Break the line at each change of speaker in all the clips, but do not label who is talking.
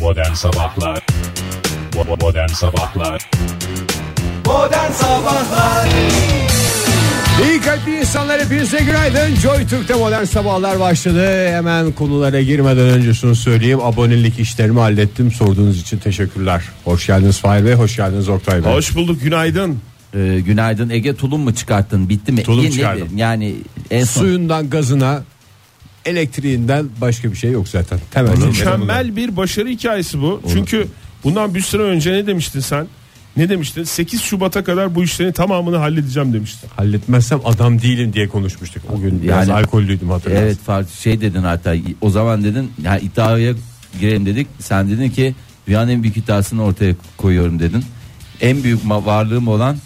Modern Sabahlar Bo- Modern Sabahlar
Modern Sabahlar
İyi kalpli insanlar hepinize günaydın Joy Türk'te modern sabahlar başladı Hemen konulara girmeden önce şunu söyleyeyim Abonelik işlerimi hallettim Sorduğunuz için teşekkürler Hoş geldiniz Fahir Bey hoş geldiniz Oktay Bey
Hoş bulduk günaydın.
Ee, günaydın Ege tulum mu çıkarttın bitti mi?
Tulum
Yine-
çıkardım.
Yani en son
Suyundan gazına elektriğinden başka bir şey yok zaten Temel
Mükemmel bir başarı hikayesi bu. Çünkü bundan bir süre önce ne demiştin sen? Ne demiştin? 8 Şubat'a kadar bu işlerin tamamını halledeceğim demiştin.
Halletmezsem adam değilim diye konuşmuştuk O gün biraz
Yani-
alkollüydüm hatırlarsın
evet farklı şey dedin hatta o zaman dedin ya iddiaya girelim dedik. Sen dedin ki dünyanın en büyük iddiasını ortaya koyuyorum dedin. En büyük ma- varlığım olan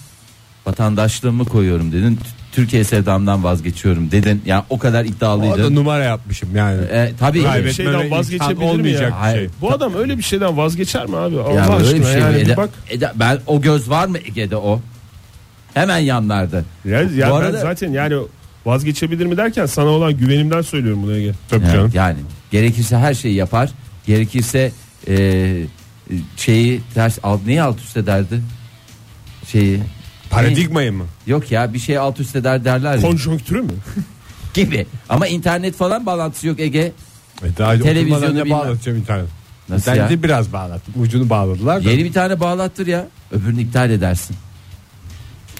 vatandaşlığımı koyuyorum dedin. T- Türkiye sevdamdan vazgeçiyorum dedin. Yani o kadar
O da
iddialıydın.
numara yapmışım yani
Ee, tabii ki.
Kaybetmeme
şeyden
vazgeçebilir
vazgeçebilir
mi ya?
olmayacak bir şey
Hayır.
Bu adam öyle bir şeyden vazgeçer mi abi? Allah
Ya böyle
aşkına
bir şey mi?
yani bir
Eda-
bak.
Eda- ben o göz var mı Ege'de o? Hemen yanlardı.
Ya, ya
Bu
ben
arada-
zaten yani vazgeçebilir mi derken sana olan güvenimden söylüyorum bunu Ege. Tabii
Evet, yani gerekirse her şeyi yapar. Gerekirse e, şeyi ters alt neyi alt üst ederdi? Şeyi.
Paradigmayı mı?
Ne? Yok ya bir şey alt üst eder derler ya.
Konjonktürü mü?
gibi. Ama internet falan bağlantısı yok Ege.
E daha
Televizyonu
oturmadan ne
bilmem.
bağlatacağım internet
Nasıl
İnterneti
ya?
biraz bağlattım ucunu bağladılar da.
Yeni bir tane bağlattır ya. Öbürünü iptal edersin.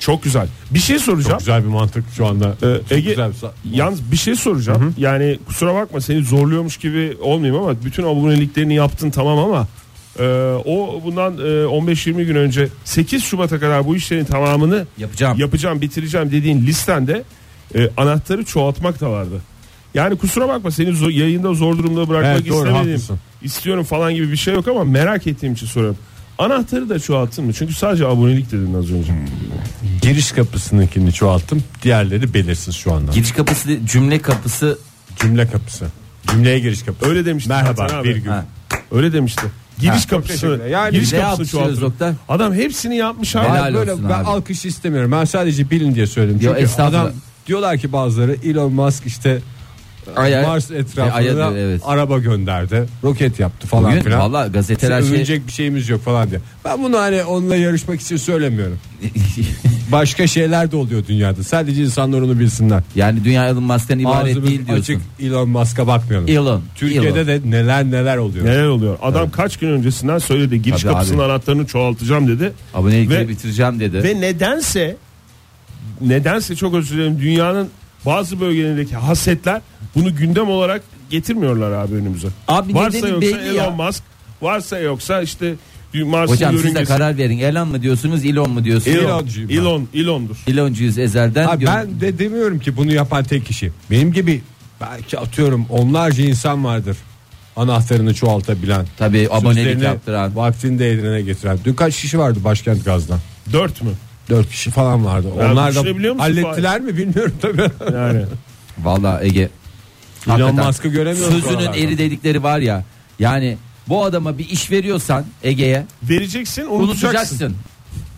Çok güzel. Bir şey soracağım.
Çok güzel bir mantık şu anda.
Ee,
Çok
Ege
güzel bir sa-
yalnız bir şey soracağım. Yani kusura bakma seni zorluyormuş gibi olmayayım ama bütün aboneliklerini yaptın tamam ama e, o bundan e, 15-20 gün önce 8 Şubat'a kadar bu işlerin tamamını
Yapacağım.
yapacağım, bitireceğim dediğin listende e, anahtarı çoğaltmak da vardı. Yani kusura bakma seni zo- yayında zor durumda bırakmak
Evet, doğru,
istemedim.
haklısın.
İstiyorum falan gibi bir şey yok ama merak ettiğim için soruyorum. Anahtarı da çoğalttın mı? Çünkü sadece abonelik dedin az önce.
Giriş kapısınınkini çoğalttım. Diğerleri belirsiz şu anda.
Giriş kapısı değil, cümle kapısı
Cümle kapısı. Cümleye giriş kapısı.
Öyle demiştin zaten
Merhaba
abi.
virgül.
Ha.
Öyle demişti. Giriş
Ha,
kapısını,
teşekkürler. Yani
giriş
ne
kapısını
yapıyoruz
çoğaltın.
Oktay?
Adam hepsini yapmış
Ben
abi.
Helal
böyle
olsun
ben
abi.
alkış istemiyorum. Ben sadece bilin diye söylüyorum.
Yo,
Çünkü
estağfurullah.
adam diyorlar ki bazıları Elon Musk işte
Ay, ay.
Mars
Ay,
etrafına
ay, E, evet.
araba gönderdi. Roket yaptı falan
Bugün
filan.
valla gazeteler şey-
Övünecek bir şeyimiz yok falan diye. Ben bunu hani onunla yarışmak için söylemiyorum. Başka şeyler de oluyor dünyada. Sadece insanlar onu bilsinler.
yani dünya Elon Musk'tan ibaret
Ağzımız
değil diyorsun.
açık Elon Musk'a bakmayalım.
Elon,
Türkiye'de
Elon.
de neler neler oluyor.
Neler oluyor? Adam kaç gün öncesinden söyledi. Giriş
Tabii
kapısının
abi.
anahtarını çoğaltacağım dedi.
Abonelikleri
Ve-
bitireceğim dedi.
Ve nedense nedense çok özür dilerim dünyanın bazı bölgelerindeki hasetler bunu gündem olarak getirmiyorlar abi önümüze.
Abi
varsa
nedeni
yoksa
belli ya.
Elon Musk, varsa yoksa işte Mars'ın
Hocam siz de
yörüngesi.
karar verin. Elon mu diyorsunuz, Elon mu diyorsunuz?
Elon,
Eloncuyum ben.
Elon, Elon'dur.
Eloncuyuz ezelden.
Ha,
diyor.
ben de demiyorum ki bunu yapan tek kişi. Benim gibi belki atıyorum onlarca insan vardır. Anahtarını çoğaltabilen.
Tabii, abonelik
sözlerini
yaptıran.
Vaktinde eline getiren. Dün kaç kişi vardı başkent gazdan?
Dört mü?
Dört kişi falan vardı.
Ya
Onlar da
düşünebiliyor musun
hallettiler mi bilmiyorum tabii.
Yani
Vallahi Ege.
Elon
hakikaten
Musk'ı göremiyoruz.
Sözünün
oralarda.
eri dedikleri var ya. Yani bu adama bir iş veriyorsan Ege'ye
vereceksin unutacaksın.
unutacaksın.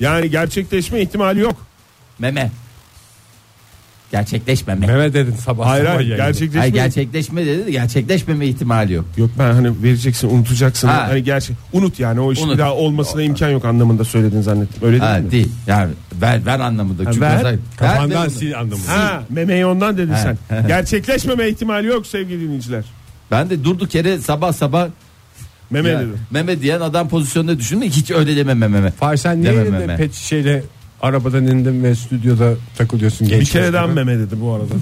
Yani gerçekleşme ihtimali yok.
Meme. Gerçekleşmeme.
Mehmet dedin sabah.
Hayır
sabah
hayır
yayında.
gerçekleşme.
Hayır, gerçekleşme dedi de gerçekleşmeme ihtimali yok.
Yok ben hani vereceksin unutacaksın.
Ha.
Hani gerçek unut yani o iş
Unut.
bir daha olmasına imkan yok anlamında söyledin zannettim. Öyle değil mi?
Ha, değil. Yani ver ver anlamında. Çünkü
ver.
mesela-
şey-
ver,
Kafandan
ver.
sil anlamı.
Ha, memeyi ondan dedin
Ha.
sen. Gerçekleşmeme ihtimali yok sevgili dinleyiciler.
Ben de durduk yere sabah sabah
Meme
ya,
dedim.
meme diyen adam pozisyonunda düşündüm. Hiç öyle deme meme.
Fahir sen niye
Deme
elinde
meme.
pet şişeyle arabadan indin ve stüdyoda takılıyorsun genç
Bir kere daha
yaşta?
meme dedi bu arada.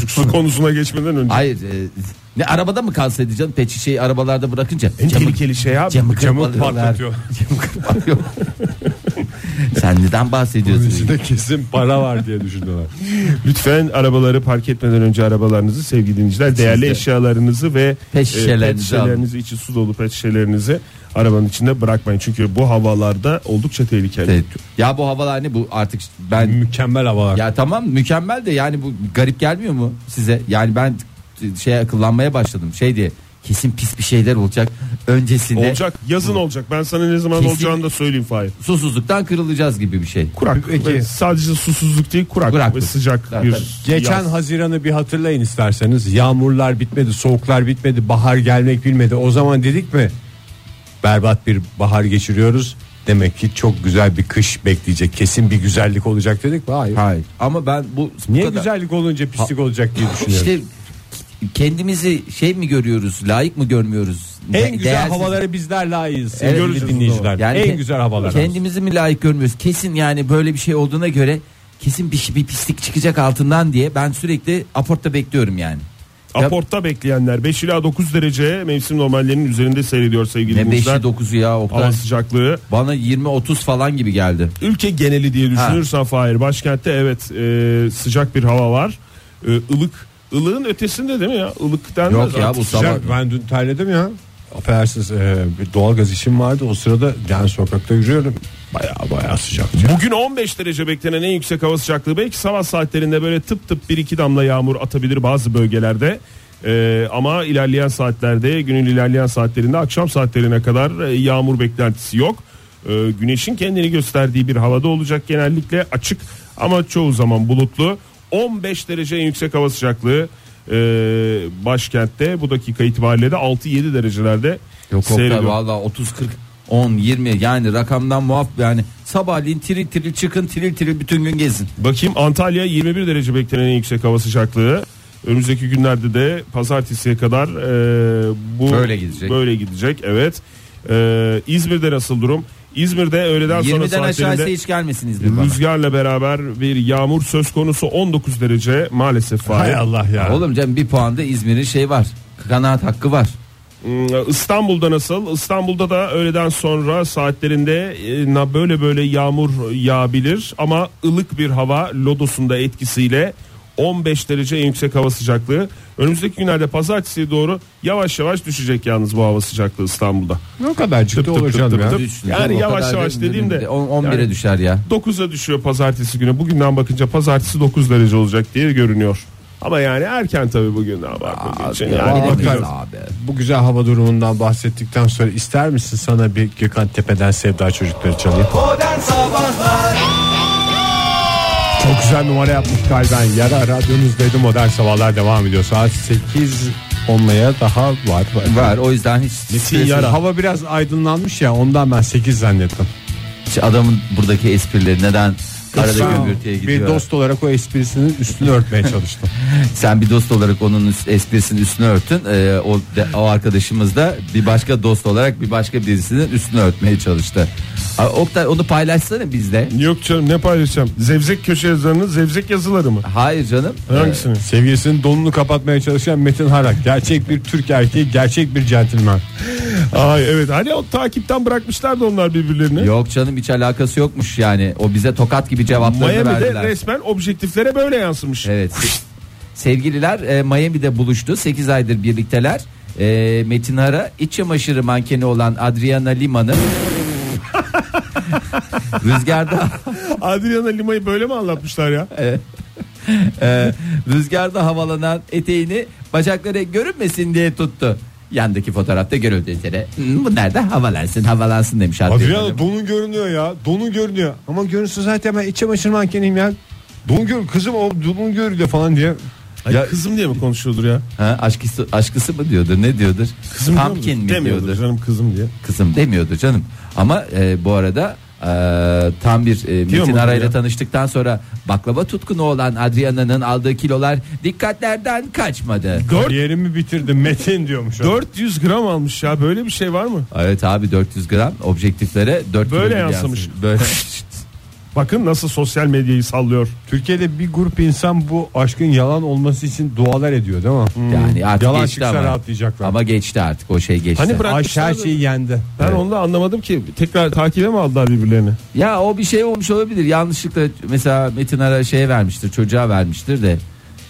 Su- Su konusuna geçmeden önce.
Hayır. e, ne arabada mı kalsaydı canım? Pet şişeyi arabalarda bırakınca.
en
camı-
tehlikeli şey abi.
Camı
Camı
kırpalıyorlar.
patlatıyor.
Camı kırpalıyor. Sen neden
Bunun
bahsediyorsun?
içinde kesin para var diye düşündüler.
Lütfen arabaları park etmeden önce arabalarınızı sevgili dinleyiciler değerli eşyalarınızı ve
Pet
e,
şişelerinizi
şişelerinizi içi su dolu pet şişelerinizi arabanın içinde bırakmayın. Çünkü bu havalarda oldukça tehlikeli.
Evet. Ya bu havalar ne bu artık
Hmm.
ben
Mükemmel havalar.
ya tamam mükemmel de yani bu garip gelmiyor mu size? Yani ben şey akıllanmaya başladım. Şey diye kesin pis bir şeyler olacak. Öncesinde
Olacak yazın olacak. Ben sana ne zaman
Kesin-
olacağını da söyleyeyim Fahir.
susuzluktan kırılacağız gibi bir şey.
Kurak
Peki.
ve sadece susuzluk değil kurak
Kuraklık.
ve sıcak
Evet,
bir
tabii.
Geçen
yaz.
Haziran'ı bir hatırlayın isterseniz. Yağmurlar bitmedi, soğuklar bitmedi, bahar gelmek bilmedi. O zaman dedik mi? berbat bir bahar geçiriyoruz. Demek ki çok güzel bir kış bekleyecek. Kesin bir güzellik olacak dedik mi? Hayır.
Hayır. Ama ben bu, bu
Niye
kadar-
güzellik olunca pislik olacak diye düşünüyorum.
İşte kendimizi şey mi görüyoruz, layık mı görmüyoruz? Ne-
en güzel
değersiz-
havaları bizler layığız
Evet.
sevgili
Görürsünüz
dinleyiciler.
Yani
en
ke-
güzel havalar.
Kendimizi mi layık görmüyoruz? Kesin yani böyle bir şey olduğuna göre kesin bir, şey- bir pislik çıkacak altından diye ben sürekli aportta bekliyorum yani. Ya-
Aportta bekleyenler 5 ila 9 derece mevsim normallerinin üzerinde seyrediyor sevgili
Ne
dinleyiciler.
5'i 9'u ya
Hava
Oktay.
sıcaklığı.
Bana 20-30 falan gibi geldi.
Ülke geneli diye düşünürsen Fahir başkentte evet e, sıcak bir hava var. E, ılık. Ilığın ötesinde değil mi ya? Ilık denmez
Yok ya
artık.
bu sabah.
Sıcak, ben dün terledim ya. Affedersiniz e, bir doğalgaz işim vardı o sırada yani sokakta yürüyorum. Baya baya sıcak.
Bugün 15 derece beklenen en yüksek hava sıcaklığı belki sabah saatlerinde böyle tıp tıp bir iki damla yağmur atabilir bazı bölgelerde. E, ama ilerleyen saatlerde günün ilerleyen saatlerinde akşam saatlerine kadar e, yağmur beklentisi yok. E, güneşin kendini gösterdiği bir havada olacak genellikle açık ama çoğu zaman bulutlu. 15 derece en yüksek hava sıcaklığı e, başkentte bu dakika itibariyle de 6-7 derecelerde
Yok
seyrediyor.
Oktay valla 30 40 10 20 yani rakamdan muaf yani sabahleyin tiril tiril çıkın tiril tiril bütün gün gezin.
Bakayım Antalya 21 derece beklenen en yüksek hava sıcaklığı. Önümüzdeki günlerde de pazartesiye kadar e, bu
Böyle gidecek.
Böyle gidecek evet. E, İzmir'de nasıl durum? İzmir'de öğleden sonra
20'den aşağısı
saatlerinde
hiç gelmesiniz bir bana.
rüzgarla beraber bir yağmur söz konusu 19 derece maalesef
Hay
faal.
Allah ya.
Oğlum canım bir puanda İzmir'in şey var. Kanaat hakkı var.
Hmm, İstanbul'da nasıl? İstanbul'da da öğleden sonra saatlerinde e, na- böyle böyle yağmur yağabilir ama ılık bir hava lodosunda etkisiyle 15 derece en yüksek hava sıcaklığı. Önümüzdeki günlerde pazartesiye doğru yavaş yavaş düşecek yalnız bu hava sıcaklığı İstanbul'da.
Ne kadar
Tıp
ciddi
tıp tıp
olacağım
tıp
ya.
tıp. Yani yavaş yavaş dediğim de-
11'e
yani-
düşer ya.
9'a düşüyor pazartesi günü. Bugünden bakınca pazartesi 9 derece olacak diye görünüyor. Ama yani erken tabii bugün daha bakmak için. Yani
Bilemeyiz
bakarız.
abi.
Bu güzel hava durumundan bahsettikten sonra ister misin sana bir Gökhan Tepe'den Sevda Çocukları çalayım?
Modern Sabahlar
Çok güzel numara yapmış kalben. Yara radyonuzdaydı modern sabahlar devam ediyor. Saat 8 olmaya daha var. var.
Var o yüzden hiç stresi-
Yara. Hava biraz aydınlanmış ya ondan ben 8 zannettim.
Hiç adamın buradaki esprileri neden arada
Sağ ol.
gümbürtüye gidiyor.
Bir dost olarak o esprisinin üstünü örtmeye çalıştım.
Sen bir dost olarak onun üst- esprisinin üstünü örtün. Ee, o, de- o arkadaşımız da bir başka dost olarak bir başka birisinin üstünü örtmeye çalıştı. Aa, Oktay onu paylaşsana bizde.
Yok canım ne paylaşacağım? Zevzek köşe yazılarını, zevzek yazıları mı?
Hayır canım.
Hangisini?
Sevgilisinin donunu kapatmaya çalışan Metin Harak. Gerçek bir Türk erkeği, gerçek bir centilmen.
Ay evet hani o takipten bırakmışlardı onlar birbirlerini.
Yok canım hiç alakası yokmuş yani. O bize tokat gibi cevaplarını
Miami'de
verdiler.
resmen objektiflere böyle yansımış.
Evet. Sevgililer e, Miami'de buluştu. 8 aydır birlikteler. E, Metin Hara iç çamaşırı mankeni olan Adriana Lima'nı rüzgarda
Adriana Lima'yı böyle mi anlatmışlar ya?
e, rüzgarda havalanan eteğini bacakları görünmesin diye tuttu. Yandaki fotoğrafta görüldüğü üzere "Hmm, bunlar da havalansın havalansın demiş Adriana.
Adriana donun görünüyor ya. Donun görünüyor. Ama görünsün zaten ben iç çamaşır mankeniyim ya. Don gör kızım o donun görünüyor falan diye.
Ay, kızım diye mi konuşuyordur ya?
Ha, aşkısı, aşkısı mı diyordur ne diyordur?
Kızım diyor
Pumpkin
mudur?
mi
Demiyordur
diyordur?
canım kızım diye.
kızım demiyordu canım. Ama e, bu arada e, tam bir e,
Diyor
Metin
mu
Aray'la
ya?
tanıştıktan sonra baklava tutkunu olan Adriana'nın aldığı kilolar dikkatlerden kaçmadı.
Kariyerimi bitirdim Metin diyormuş.
400 gram almış ya böyle bir şey var mı?
Evet abi 400 gram objektiflere 4
Böyle
kilo gibi
yansımış.
yansımış. Böyle.
Bakın nasıl sosyal medyayı sallıyor.
Türkiye'de bir grup insan bu aşkın yalan olması için dualar ediyor değil mi?
Hmm.
yani artık
Yalan
geçti
çıksa
ama.
rahatlayacaklar.
Ama geçti artık o şey geçti.
Hani bırak-
Aşk her şeyi yendi.
Ben onu da anlamadım ki. Tekrar takibe mi aldılar birbirlerini?
Ya o bir şey olmuş olabilir. Yanlışlıkla mesela Metin Ara şeye vermiştir, çocuğa vermiştir de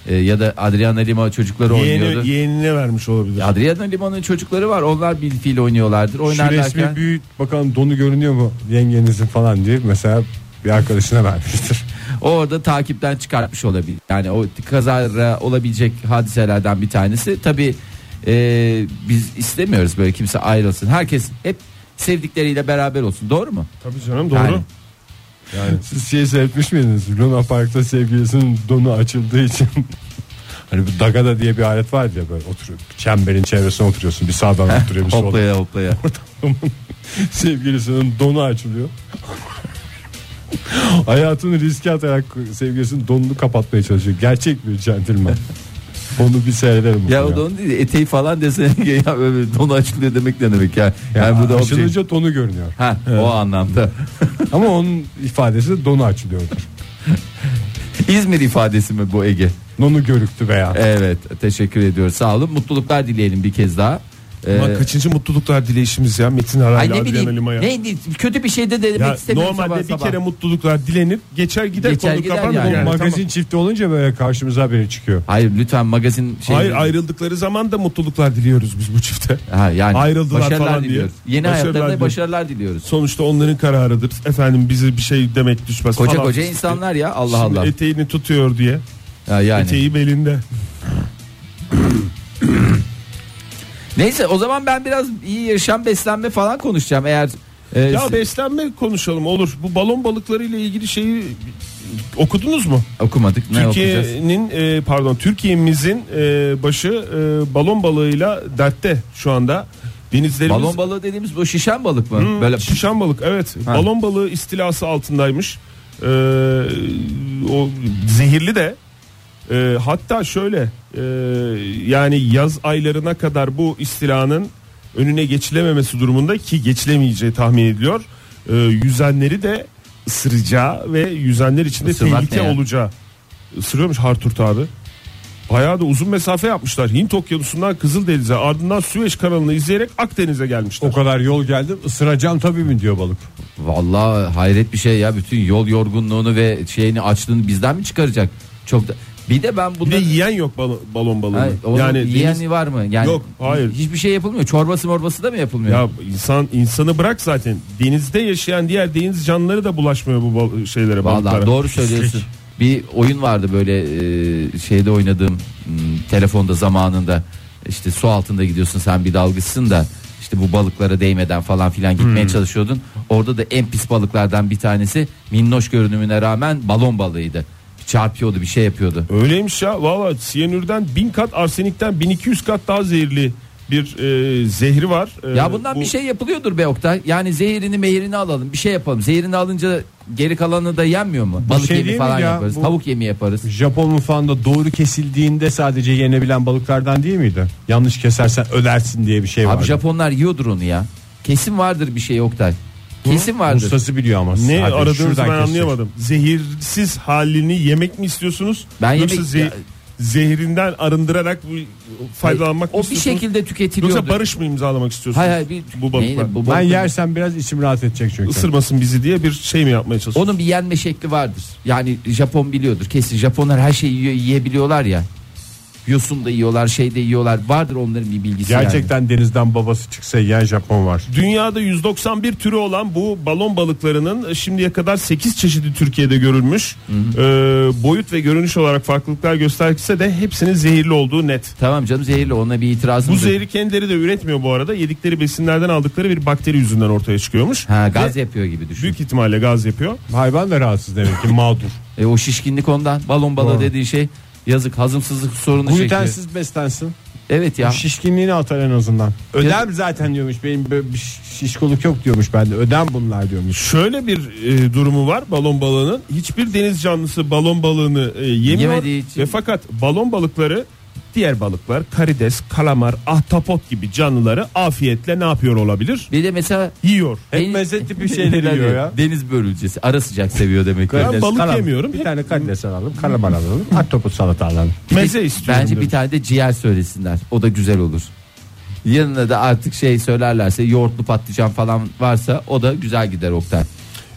e, ya da Adriana Lima çocukları oynuyordu.
Yeğeni, yeğenine vermiş olabilir.
Adriana Lima'nın çocukları var. Onlar bir fiil oynuyorlardır.
Şu
Oynarlarken
resmi büyüt bakalım donu görünüyor mu yengenizin falan diye mesela bir arkadaşına vermiştir.
O orada takipten çıkartmış olabilir. Yani o kazara olabilecek hadiselerden bir tanesi. Tabii e, biz istemiyoruz böyle kimse ayrılsın. Herkes hep sevdikleriyle beraber olsun. Doğru mu?
Tabii canım doğru.
Yani.
Siz şey seyretmiş miydiniz? Luna Park'ta sevgilisinin donu açıldığı için hani bu dagada diye bir alet var ya böyle oturuyor. Çemberin çevresine oturuyorsun. Bir sağdan oturuyor bir soldan.
Hoplaya hoplaya.
şey sevgilisinin donu açılıyor. Hayatını riske atarak sevgilisinin donunu kapatmaya çalışıyor. Gerçek bir centilmen. Onu bir seyrederim.
Ya o don değil eteği falan desene ki ya böyle donu açılıyor demek ne demek ya. Yani bu da
açılınca tonu görünüyor.
Ha, o anlamda.
Ama onun ifadesi de donu açılıyordur.
İzmir ifadesi mi bu Ege?
Nonu görüktü veya.
Evet, teşekkür ediyoruz. Sağ olun. Mutluluklar dileyelim bir kez daha. Ee,
Ama kaçıncı mutluluklar dileyişimiz ya Metin
ay
Aray'la
ne
Adrian
bileyim.
Lima'ya.
Ne, kötü bir şey de demek
Ya
istemiyorum
normalde
sabah
bir
sabah.
kere mutluluklar dilenir geçer gider
Geçer
konu
gider
kapanır.
yani.
Yani,
Magazin
tamam.
çifti olunca böyle karşımıza biri çıkıyor.
Hayır lütfen magazin şey.
Hayır ayrıldıkları zaman da mutluluklar diliyoruz biz bu çifte.
Ha, yani
Ayrıldılar
başarılar
falan diye.
diliyoruz. Yeni
Başarılar
hayatlarına
diliyoruz.
başarılar diliyoruz.
Sonuçta onların kararıdır. Efendim bizi bir şey demek düşmez.
Koca
falan.
koca insanlar ya Allah
Şimdi
Allah.
eteğini tutuyor diye.
Ha, yani.
Eteği belinde.
Neyse o zaman ben biraz iyi yaşam beslenme falan konuşacağım eğer e,
Ya
siz-
beslenme konuşalım olur. Bu balon balıkları ile ilgili şeyi okudunuz mu?
okumadık ne okuyacağız?
Türkiye'nin e, pardon Türkiye'mizin e, başı e, balon balığıyla dertte şu anda. Denizlerimiz
Balon balığı dediğimiz bu şişen balık mı?
Hmm.
Böyle
Şişan balık evet.
Ha.
Balon balığı istilası altındaymış. Ee, o zehirli de. Ee, hatta şöyle e, yani yaz aylarına kadar bu istilanın önüne geçilememesi durumunda ki geçilemeyeceği tahmin ediliyor. Ee, yüzenleri de ısıracağı ve yüzenler içinde
Isırmak
tehlike
ne ya?
olacağı. Isırıyormuş Harturt abi. Bayağı da uzun mesafe yapmışlar. Hint okyanusundan Kızıldeniz'e ardından Süveyş kanalını izleyerek Akdeniz'e gelmişler.
O kadar yol geldim ısıracağım tabii mi diyor balık.
Vallahi hayret bir şey ya bütün yol yorgunluğunu ve şeyini açlığını bizden mi çıkaracak? Çok da bir de ben
Bir de
bundan
yiyen yok bal- balon balığını.
Hayır, onun
yani
yiyen
deniz-
var mı? Yani
Yok, hayır.
Hiçbir şey yapılmıyor. Çorbası morbası da mı yapılmıyor?
ya insan insanı bırak zaten. Denizde yaşayan diğer deniz canlıları da bulaşmıyor bu bal- şeylere
Vallahi
balıklara.
doğru söylüyorsun. Bir oyun vardı böyle e, şeyde oynadığım m, telefonda zamanında işte su altında gidiyorsun sen bir dalgıçsın da işte bu balıklara değmeden falan filan gitmeye
Hmm.
çalışıyordun. Orada da en pis balıklardan bir tanesi minnoş görünümüne rağmen balon balığıydı. Çarpıyordu bir şey yapıyordu.
Öyleymiş ya. Valla siyanürden 1000 kat arsenikten 1200 kat daha zehirli bir e, zehri var. E,
Ee,
Ya bundan
bu-
bir şey yapılıyordur be Oktay. Yani zehirini mehirini alalım bir şey yapalım. Zehirini alınca geri kalanı da yenmiyor mu? Balık
şey
yemi
değil mi
falan
ya?
yaparız.
Bu-
Tavuk yemi yaparız.
Japon mutfağında doğru kesildiğinde sadece yenebilen balıklardan değil miydi? Yanlış kesersen ölersin diye bir şey var.
Abi Japonlar yiyordur onu ya. Kesin vardır bir şey Oktay. Kesin vardır.
Ustası biliyor ama.
ne
Hadi
aradığınızı
şuradan
ben
kesecek.
anlayamadım. Zehirsiz halini yemek mi istiyorsunuz?
Ben
Yoksa
yemek-
ze-
Ya-
zehrinden arındırarak bu- faydalanmak
o
mı
bir
istiyorsunuz?
şekilde tüketiliyordur.
Yoksa barış mı imzalamak istiyorsunuz?
Hayır, hayır, bir-
bu balıklar.
Neydi, bu
Ben
balıklar-
yersem biraz içim rahat edecek çünkü.
ısırmasın bizi diye bir şey mi yapmaya çalışıyor?
Onun bir yenme şekli vardır. Yani Japon biliyordur. Kesin Japonlar her şeyi yiyor- yiyebiliyorlar ya. Yosun da yiyorlar, şey de yiyorlar. Vardır onların bir bilgisi yani.
Gerçekten denizden babası çıksa yiyen Japon var.
Dünyada 191 türü olan bu balon balıklarının e, şimdiye kadar 8 çeşidi Türkiye'de görülmüş. Ee, boyut ve görünüş olarak farklılıklar gösterse de hepsinin zehirli olduğu net.
Tamam canım zehirli ona bir itirazım
Bu
yok.
zehri kendileri de üretmiyor bu arada. Yedikleri besinlerden aldıkları bir bakteri yüzünden ortaya çıkıyormuş.
Ha gaz yapıyor gibi düşün.
Büyük ihtimalle gaz yapıyor.
Hayvan da rahatsız demek ki mağdur.
E, o şişkinlik ondan. Balon balığı dediğin şey yazık hazımsızlık sorunu çekiyor.
Glutensiz beslensin.
Evet ya.
Şişkinliğini atar en azından. Ödem zaten diyormuş. Benim böyle bir şişkoluk yok diyormuş bende. Ödem bunlar diyormuş.
Şöyle bir e, durumu var balon balığının. Hiçbir deniz canlısı balon balığını e, yemiyor.
Yemediği için.
Ve fakat balon balıkları diğer balıklar karides, kalamar, ahtapot gibi canlıları afiyetle ne yapıyor olabilir?
Bir de mesela
Yiyor.
E,
Hep meze tipi şeyleri yiyor ya.
Deniz börülcesi ara sıcak seviyor demek ki.
Ben balık
kalam-
yemiyorum.
Bir
Hep
tane karides alalım, kalamar alalım, ahtapot salata alalım.
meze istiyorum.
Bence bir
diyor.
tane de ciğer söylesinler. O da güzel olur. Yanına da artık şey söylerlerse yoğurtlu patlıcan falan varsa o da güzel gider Oktay.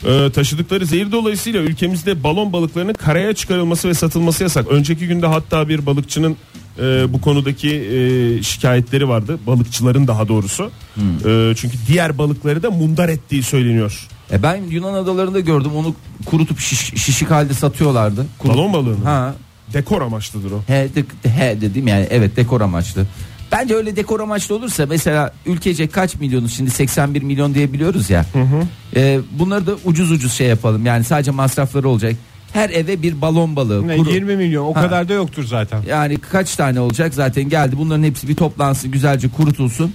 Ee, taşıdıkları zehir dolayısıyla ülkemizde balon balıklarının karaya çıkarılması ve satılması yasak. Önceki günde hatta bir balıkçının e, bu konudaki e, şikayetleri vardı. Balıkçıların daha doğrusu.
Hmm.
E, çünkü diğer balıkları da mundar ettiği söyleniyor.
E ben Yunan adalarında gördüm onu kurutup şiş- şişik halde satıyorlardı. Kurut-
Balon balığını.
Ha.
Dekor amaçlıdır o.
He, de- he dedim yani evet dekor amaçlı. Bence öyle dekor amaçlı olursa mesela ülkece kaç milyonuz şimdi 81 milyon diye biliyoruz ya. E, bunları da ucuz ucuz şey yapalım yani sadece masrafları olacak. Her eve bir balon balığı.
Ne,
kuru-
20 milyon o
Ha.
kadar da yoktur zaten.
Yani kaç tane olacak zaten geldi. Bunların hepsi bir toplansın güzelce kurutulsun.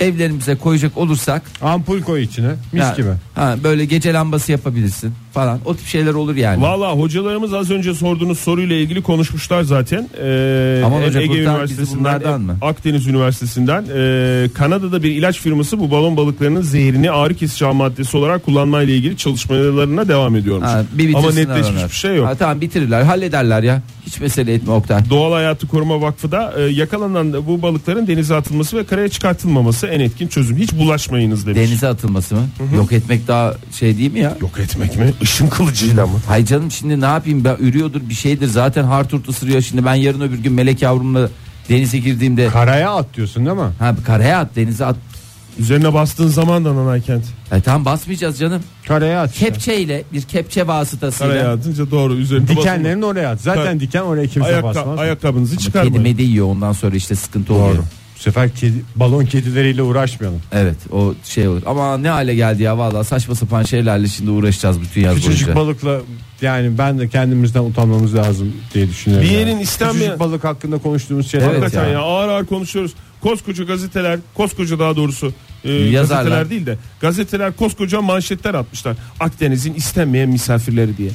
evlerimize koyacak olursak
Ampul koy içine. Mis
ha,
gibi.
ha, böyle gece lambası yapabilirsin falan. O tip şeyler olur yani.
Valla hocalarımız az önce sorduğunuz soruyla ilgili konuşmuşlar zaten. Ee,
Aman hoca
Ege
kurtar bizi
Üniversitesi'nden,
bunlardan mı?
Akdeniz Üniversitesi'nden ee, Kanada'da bir ilaç firması bu balon balıklarının zehrini ağrı kesici ham maddesi olarak kullanmayla ilgili çalışmalarına devam ediyormuş.
Ha, bir bitirsin
Ama netleşmiş
adamlar.
bir şey yok.
Ha, tamam bitirirler hallederler ya. Hiç mesele etme Oktay.
Doğal Hayatı Koruma Vakfı da e, yakalanan bu balıkların denize atılması ve karaya çıkartılmaması en etkin çözüm. Hiç bulaşmayınız demiş.
Denize atılması mı? Yok etmek daha şey değil mi ya?
Yok etmek mi? Işın kılıcıyla mı?
Hay canım şimdi ne yapayım ben ürüyordur bir şeydir zaten harturt ısırıyor şimdi ben yarın öbür gün melek yavrumla denize girdiğimde
Karaya at diyorsun değil mi?
ha karaya at denize at
Üzerine bastığın zaman da Nanaykent.
E, tam basmayacağız canım
Karaya at. işte.
kepçeyle bir kepçe vasıtasıyla
Karaya atınca doğru üzerine basın.
Dikenlerini oraya at. Zaten
Tabii.
diken oraya kimse
Ayakta,
basmaz.
ayakkabınızı
kedi
çıkarmayın.
medi yiyor ondan sonra işte sıkıntı oluyor.
Doğru. Bu sefer kedi, balon kedileriyle uğraşmayalım.
Evet o şey olur ama ne hale geldi ya vallahi saçma sapan şeylerle şimdi uğraşacağız bütün yaz
Küçücük
boyunca.
balıkla yani ben de kendimizden utanmamız lazım diye düşünüyorum.
Bir yerin
yani.
istenmeyen-
Küçücük balık hakkında konuştuğumuz şeyler.
Evet
Hakikaten
ya.
ya. ağır ağır konuşuyoruz. Koskoca gazeteler, koskoca daha doğrusu e,
Yazarlar.
gazeteler değil de gazeteler koskoca manşetler atmışlar. Akdeniz'in istenmeyen misafirleri diye.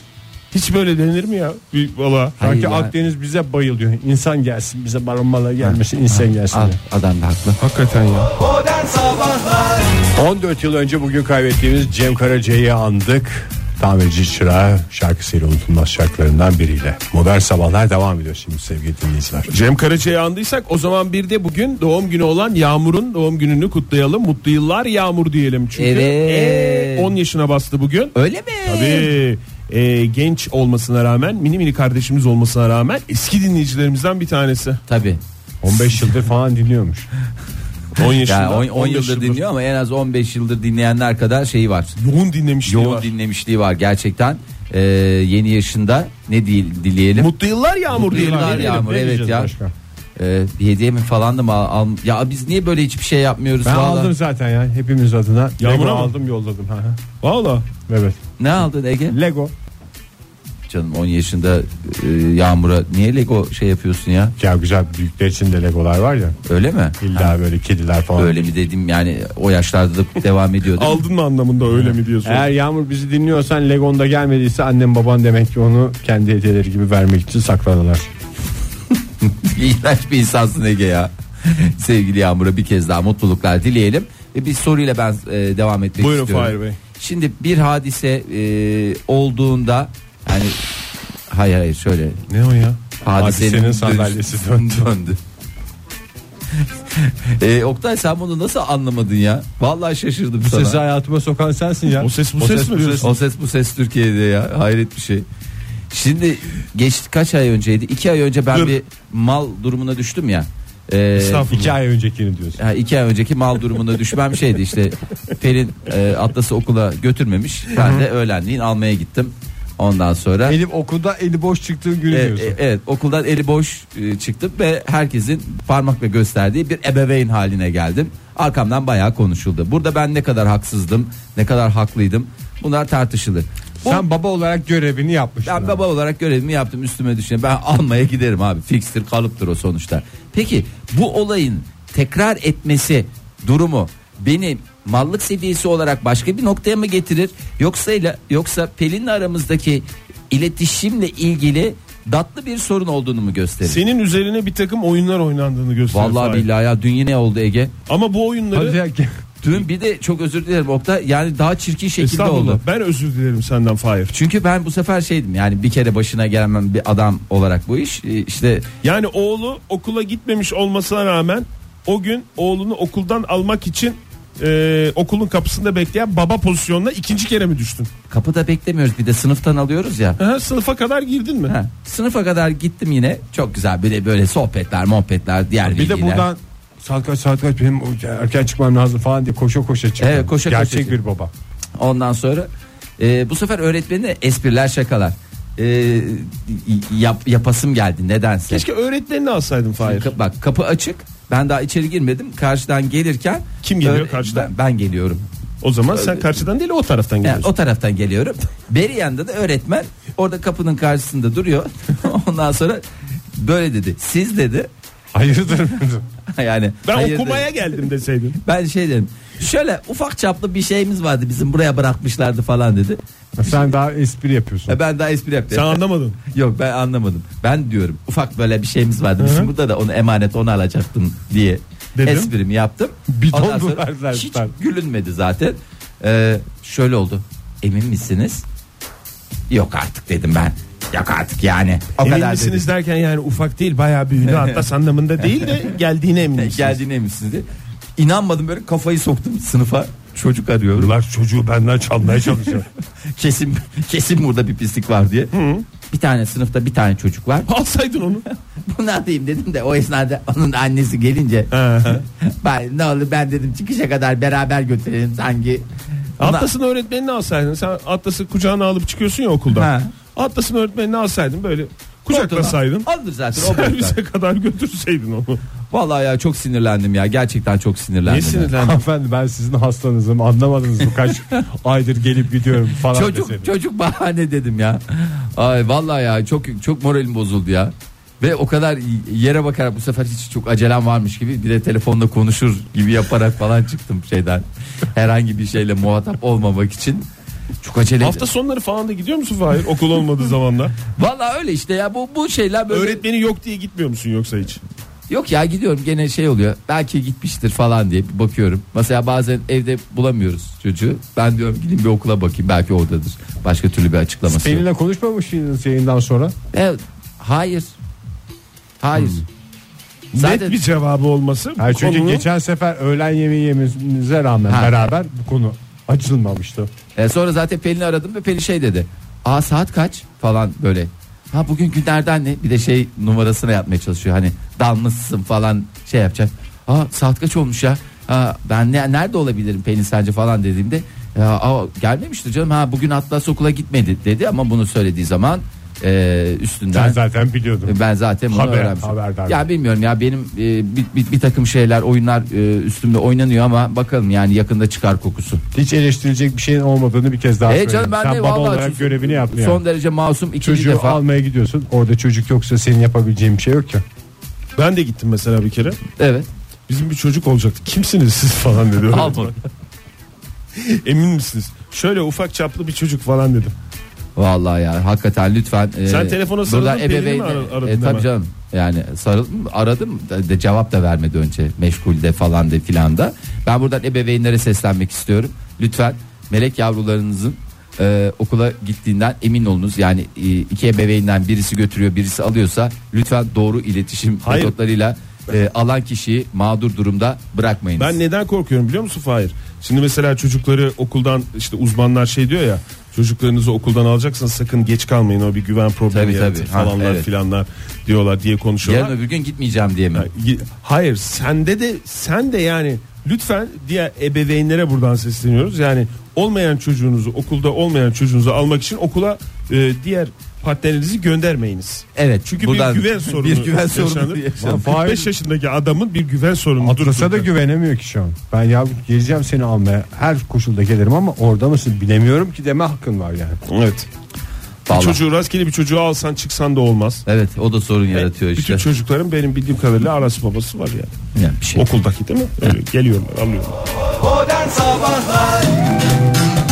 Hiç böyle denir mi ya? Bir- Valla.
Hayır
Sanki
ya.
Akdeniz bize bayılıyor. İnsan gelsin bize barınmalar gelmesin insan gelsin.
Al,
diye.
Ah, adam da haklı.
Hakikaten ya.
Modern Sabahlar
14 yıl önce bugün kaybettiğimiz Cem Karaca'yı andık. Tamirci Çırağı şarkısıyla unutulmaz şarkılarından biriyle. Modern Sabahlar devam ediyor şimdi sevgili dinleyiciler.
Cem Karaca'yı andıysak o zaman bir de bugün doğum günü olan Yağmur'un doğum gününü kutlayalım. Mutlu yıllar Yağmur diyelim çünkü.
Evet.
e, 10 yaşına bastı bugün.
Öyle mi?
Tabii. e, genç olmasına rağmen mini mini kardeşimiz olmasına rağmen eski dinleyicilerimizden bir tanesi.
Tabii.
15 yıldır falan dinliyormuş.
10 yaşında.
Yani 10, 10 yıldır
yaşında.
dinliyor ama en az 15 yıldır dinleyenler kadar şeyi var.
Yoğun dinlemişliği
Yoğun
var.
dinlemişliği var gerçekten. Ee, yeni yaşında ne değil dileyelim.
Mutlu yıllar Yağmur
Mutlu
diyelim.
yıllar
diyelim.
Yağmur
Ne
evet
diyeceğiz
ya.
başka?
Ee, bir hediye mi falan da mı al, al- ya biz niye böyle hiçbir şey yapmıyoruz
Ben
vallahi?
aldım zaten ya hepimiz adına.
Yağmur'a
Lego
mı?
aldım yolladım. Ha, ha.
Valla.
Evet.
Ne aldın Ege?
Lego.
Canım 10 yaşında e, Yağmur'a niye Lego şey yapıyorsun ya?
Ya güzel büyükler için de Legolar var ya.
Öyle mi?
İlla böyle kediler falan.
Öyle mi dedim yani o yaşlarda da devam ediyordu.
Aldın mı anlamında öyle mi diyorsun?
Eğer Yağmur bizi dinliyorsan Legon'da gelmediyse annem baban demek ki onu kendi hediyeleri gibi vermek için sakladılar.
İğrenç bir insansın Ege ya. Sevgili Yağmur'a bir kez daha mutluluklar dileyelim. Ve bir soruyla ben e, devam etmek
Buyurun
istiyorum.
Fahir Bey.
Şimdi bir hadise e, olduğunda yani hayır hayır şöyle
Ne o ya?
hadisenin,
Hadisenin sandalyesi
döndü. döndü. E, Oktay sen bunu nasıl anlamadın ya? Vallahi şaşırdım
Bu
sana.
sesi hayatıma sokan sensin ya.
O ses bu ses mi diyorsun?
O ses bu ses Türkiye'de ya hayret bir şey. Şimdi geç kaç ay önceydi? İki ay önce ben
Dur.
bir mal durumuna düştüm ya. Ee,
Estağfurullah.
İki ay öncekini diyorsun.
ha, iki ay önceki mal durumuna düşmem şeydi işte Pelin e, Atlas'ı okula götürmemiş. Ben de öğlenliğin almaya gittim. Ondan sonra
Elif okulda eli boş çıktığı günü
e,
diyorsun.
e, evet okuldan eli boş e, çıktım ve herkesin parmakla gösterdiği bir ebeveyn haline geldim. Arkamdan bayağı konuşuldu. Burada ben ne kadar haksızdım, ne kadar haklıydım. Bunlar tartışılır. Bu-
Sen baba olarak görevini yapmışsın.
ben
ama.
baba olarak görevimi yaptım üstüme düşen. Ben almaya giderim abi. Fikstir kalıptır o sonuçta. Peki bu olayın tekrar etmesi durumu beni mallık seviyesi olarak başka bir noktaya mı getirir? Yoksa ile yoksa Pelin'le aramızdaki iletişimle ilgili datlı bir sorun olduğunu mu gösterir?
Senin üzerine bir takım oyunlar oynandığını gösteriyor.
Vallahi
Fahir.
billahi ya dün yine oldu Ege.
Ama bu
Hadi
oyunları
ya, gel.
Dün bir de çok özür dilerim Oktay. Yani daha çirkin şekilde
Estağfurullah.
oldu.
Ben özür dilerim senden Fahir.
Çünkü ben bu sefer şeydim yani bir kere başına gelmem bir adam olarak bu iş Ee, işte
Yani oğlu okula gitmemiş olmasına rağmen o gün oğlunu okuldan almak için e, okulun kapısında bekleyen baba pozisyonuna ikinci kere mi düştün?
Kapıda beklemiyoruz bir de sınıftan alıyoruz ya.
Aha, sınıfa kadar girdin mi?
Ha, sınıfa kadar gittim yine çok güzel böyle böyle sohbetler muhabbetler diğer
Bir de
bilgiler.
buradan saat kaç saat kaç benim erken çıkmam lazım falan diye koşa koşa çıkıyor.
Evet, koşa koşa
Gerçek
çıkıyor.
bir baba.
Ondan sonra e, bu sefer öğretmenine espriler şakalar E, yap, yapasım geldi nedense.
Keşke öğretmenini alsaydın Fahir.
Ka- bak kapı açık ben daha içeri girmedim karşıdan gelirken.
Kim geliyor
Öyle-
karşıdan?
Ben, ben geliyorum.
O zaman sen karşıdan değil o taraftan
Yani
geliyorsun.
o taraftan geliyorum. Beri yanda da öğretmen orada kapının karşısında duruyor. Ondan sonra böyle dedi. Siz dedi
Hayırdır?
yani
Ben
hayır
okumaya
derim.
geldim deseydin.
ben şey dedim. Şöyle ufak çaplı bir şeyimiz vardı bizim buraya bırakmışlardı falan dedi.
Sen daha espri yapıyorsun.
E ben daha espri yaptım.
Sen anlamadın.
Yok ben anlamadım. Ben diyorum ufak böyle bir şeyimiz vardı. Bizim burada da onu emanet onu alacaktım diye
Dedim.
esprimi yaptım.
Bir ton
Ondan sonra
dolarlar
Hiç
ben.
gülünmedi zaten. Ee, şöyle oldu. Emin misiniz? Yok artık dedim ben. Yok artık yani. O
Emin
kadar
misiniz derken yani ufak değil bayağı büyüğünü hatta anlamında değil de geldiğine emin
dedim.
misiniz?
Geldiğine emin misiniz diye. İnanmadım böyle kafayı soktum sınıfa. Çocuk arıyorum.
Bunlar çocuğu benden çalmaya çalışıyor.
Kesin kesin burada bir pislik var diye. Bir tane sınıfta bir tane çocuk var.
Alsaydın onu.
Bunu atayım dedim de o esnada onun annesi gelince ben, ne olur ben dedim çıkışa kadar beraber götürelim sanki. Ona-
Atlas'ın öğretmenini alsaydın. Sen Atlas'ı kucağına alıp çıkıyorsun ya okuldan.
Ha.
Atlas'ın öğretmenini alsaydın böyle kucaklasaydın.
Aldır zaten o boyutlar.
Servise kadar götürseydin onu.
Vallahi ya çok sinirlendim ya. Gerçekten çok sinirlendim.
Niye
ya.
sinirlendin?
Hanımefendi ben sizin hastanızım anlamadınız mı kaç aydır gelip gidiyorum falan
Çocuk
deseydim.
çocuk bahane dedim ya. Ay vallahi ya çok çok moralim bozuldu ya. Ve o kadar yere bakarak bu sefer hiç çok acelem varmış gibi bir de telefonla konuşur gibi yaparak falan çıktım şeyden. Herhangi bir şeyle muhatap olmamak için çok acele
Hafta sonları falan da gidiyor musun Fahir okul olmadığı zamanlar?
Vallahi öyle işte ya bu bu şeyler böyle
Öğretmeni yok diye gitmiyor musun yoksa hiç?
Yok ya gidiyorum gene şey oluyor. Belki gitmiştir falan diye bir bakıyorum. Mesela bazen evde bulamıyoruz çocuğu. Ben diyorum gideyim bir okula bakayım belki oradadır. Başka türlü bir açıklaması yok.
Seninle konuşmamışsınız yayından sonra.
Evet. Hayır. Hayır.
Net
Zaten
bir cevabı olması. bu
Yani çünkü
konunun-
geçen sefer öğlen yemeği yemenize rağmen
Ha.
beraber bu konu açılmamıştı.
e, sonra zaten Pelin'i aradım ve Pelin şey dedi. Aa saat kaç falan böyle. Ha bugün günlerden ne? Bir de şey numarasına yapmaya çalışıyor. Hani dalmışsın falan şey yapacak. Aa saat kaç olmuş ya? Ha, ben ne, nerede olabilirim Pelin sence falan dediğimde. Ya, aa, gelmemişti canım. Ha bugün Atlas okula gitmedi dedi ama bunu söylediği zaman e, üstünden.
Ben zaten biliyordum.
E, Ben zaten bunu
Haber-
öğrenmişim.
haberdar.
Ya bilmiyorum ya benim e, bir, bir, bir takım şeyler oyunlar e, üstümde oynanıyor ama bakalım yani yakında çıkar kokusu.
Hiç eleştirilecek bir şeyin olmadığını bir kez daha
E
söyledim.
canım ben
Sen
de
baba
vallahi
olarak
çocuk-
görevini yaptın yani.
Son derece masum ikinci
Çocuğu
defa.
almaya gidiyorsun. Orada çocuk yoksa senin yapabileceğin bir şey yok ki.
Ben de gittim mesela bir kere.
Evet.
Bizim bir çocuk olacaktı. Kimsiniz siz falan dedi.
Almadı.
Emin misiniz? Şöyle ufak çaplı bir çocuk falan dedim.
Vallahi ya hakikaten lütfen. e,
Sen telefona sarıldın,
buradan
Pelin'i mi
ebeveynle-
ar- aradın
E, tabii
hemen?
canım. Yani sarıldım aradım da, da cevap da vermedi önce meşgulde falan de filan da. Ben buradan ebeveynlere seslenmek istiyorum. Lütfen melek yavrularınızın e, okula gittiğinden emin olunuz. Yani e, iki ebeveynden birisi götürüyor birisi alıyorsa lütfen doğru iletişim
Hayır.
metotlarıyla e, alan kişiyi mağdur durumda bırakmayınız.
Ben neden korkuyorum biliyor musun Fahir? Şimdi mesela çocukları okuldan işte uzmanlar şey diyor ya çocuklarınızı okuldan alacaksanız sakın geç kalmayın o bir güven problemi
Tabii,
yaratır
tabii. Ha,
falanlar
evet.
filanlar diyorlar diye konuşuyorlar.
Yarın öbür gün gitmeyeceğim diye mi?
Gi- Hayır sende de sen de yani lütfen diğer ebeveynlere buradan sesleniyoruz. Yani olmayan çocuğunuzu okulda olmayan çocuğunuzu almak için okula e, diğer partnerinizi göndermeyiniz.
Evet.
Çünkü
buradan-
bir güven sorunu
bir güven
yaşanır.
sorunu yaşanır.
45 yaşındaki adamın bir güven sorunu.
Atlasa da güvenemiyor ki şu an. Ben ya geleceğim seni almaya. Her koşulda gelirim ama orada mısın bilemiyorum ki deme hakkın var yani.
Evet.
Vallahi.
Çocuğu rastgele bir çocuğu alsan çıksan da olmaz.
Evet o da sorun yaratıyor işte.
Bütün çocukların benim bildiğim kadarıyla arası babası var yani.
Yani bir şey.
Okuldaki değil mi? Öyle geliyorlar alıyorlar.
Modern Sabahlar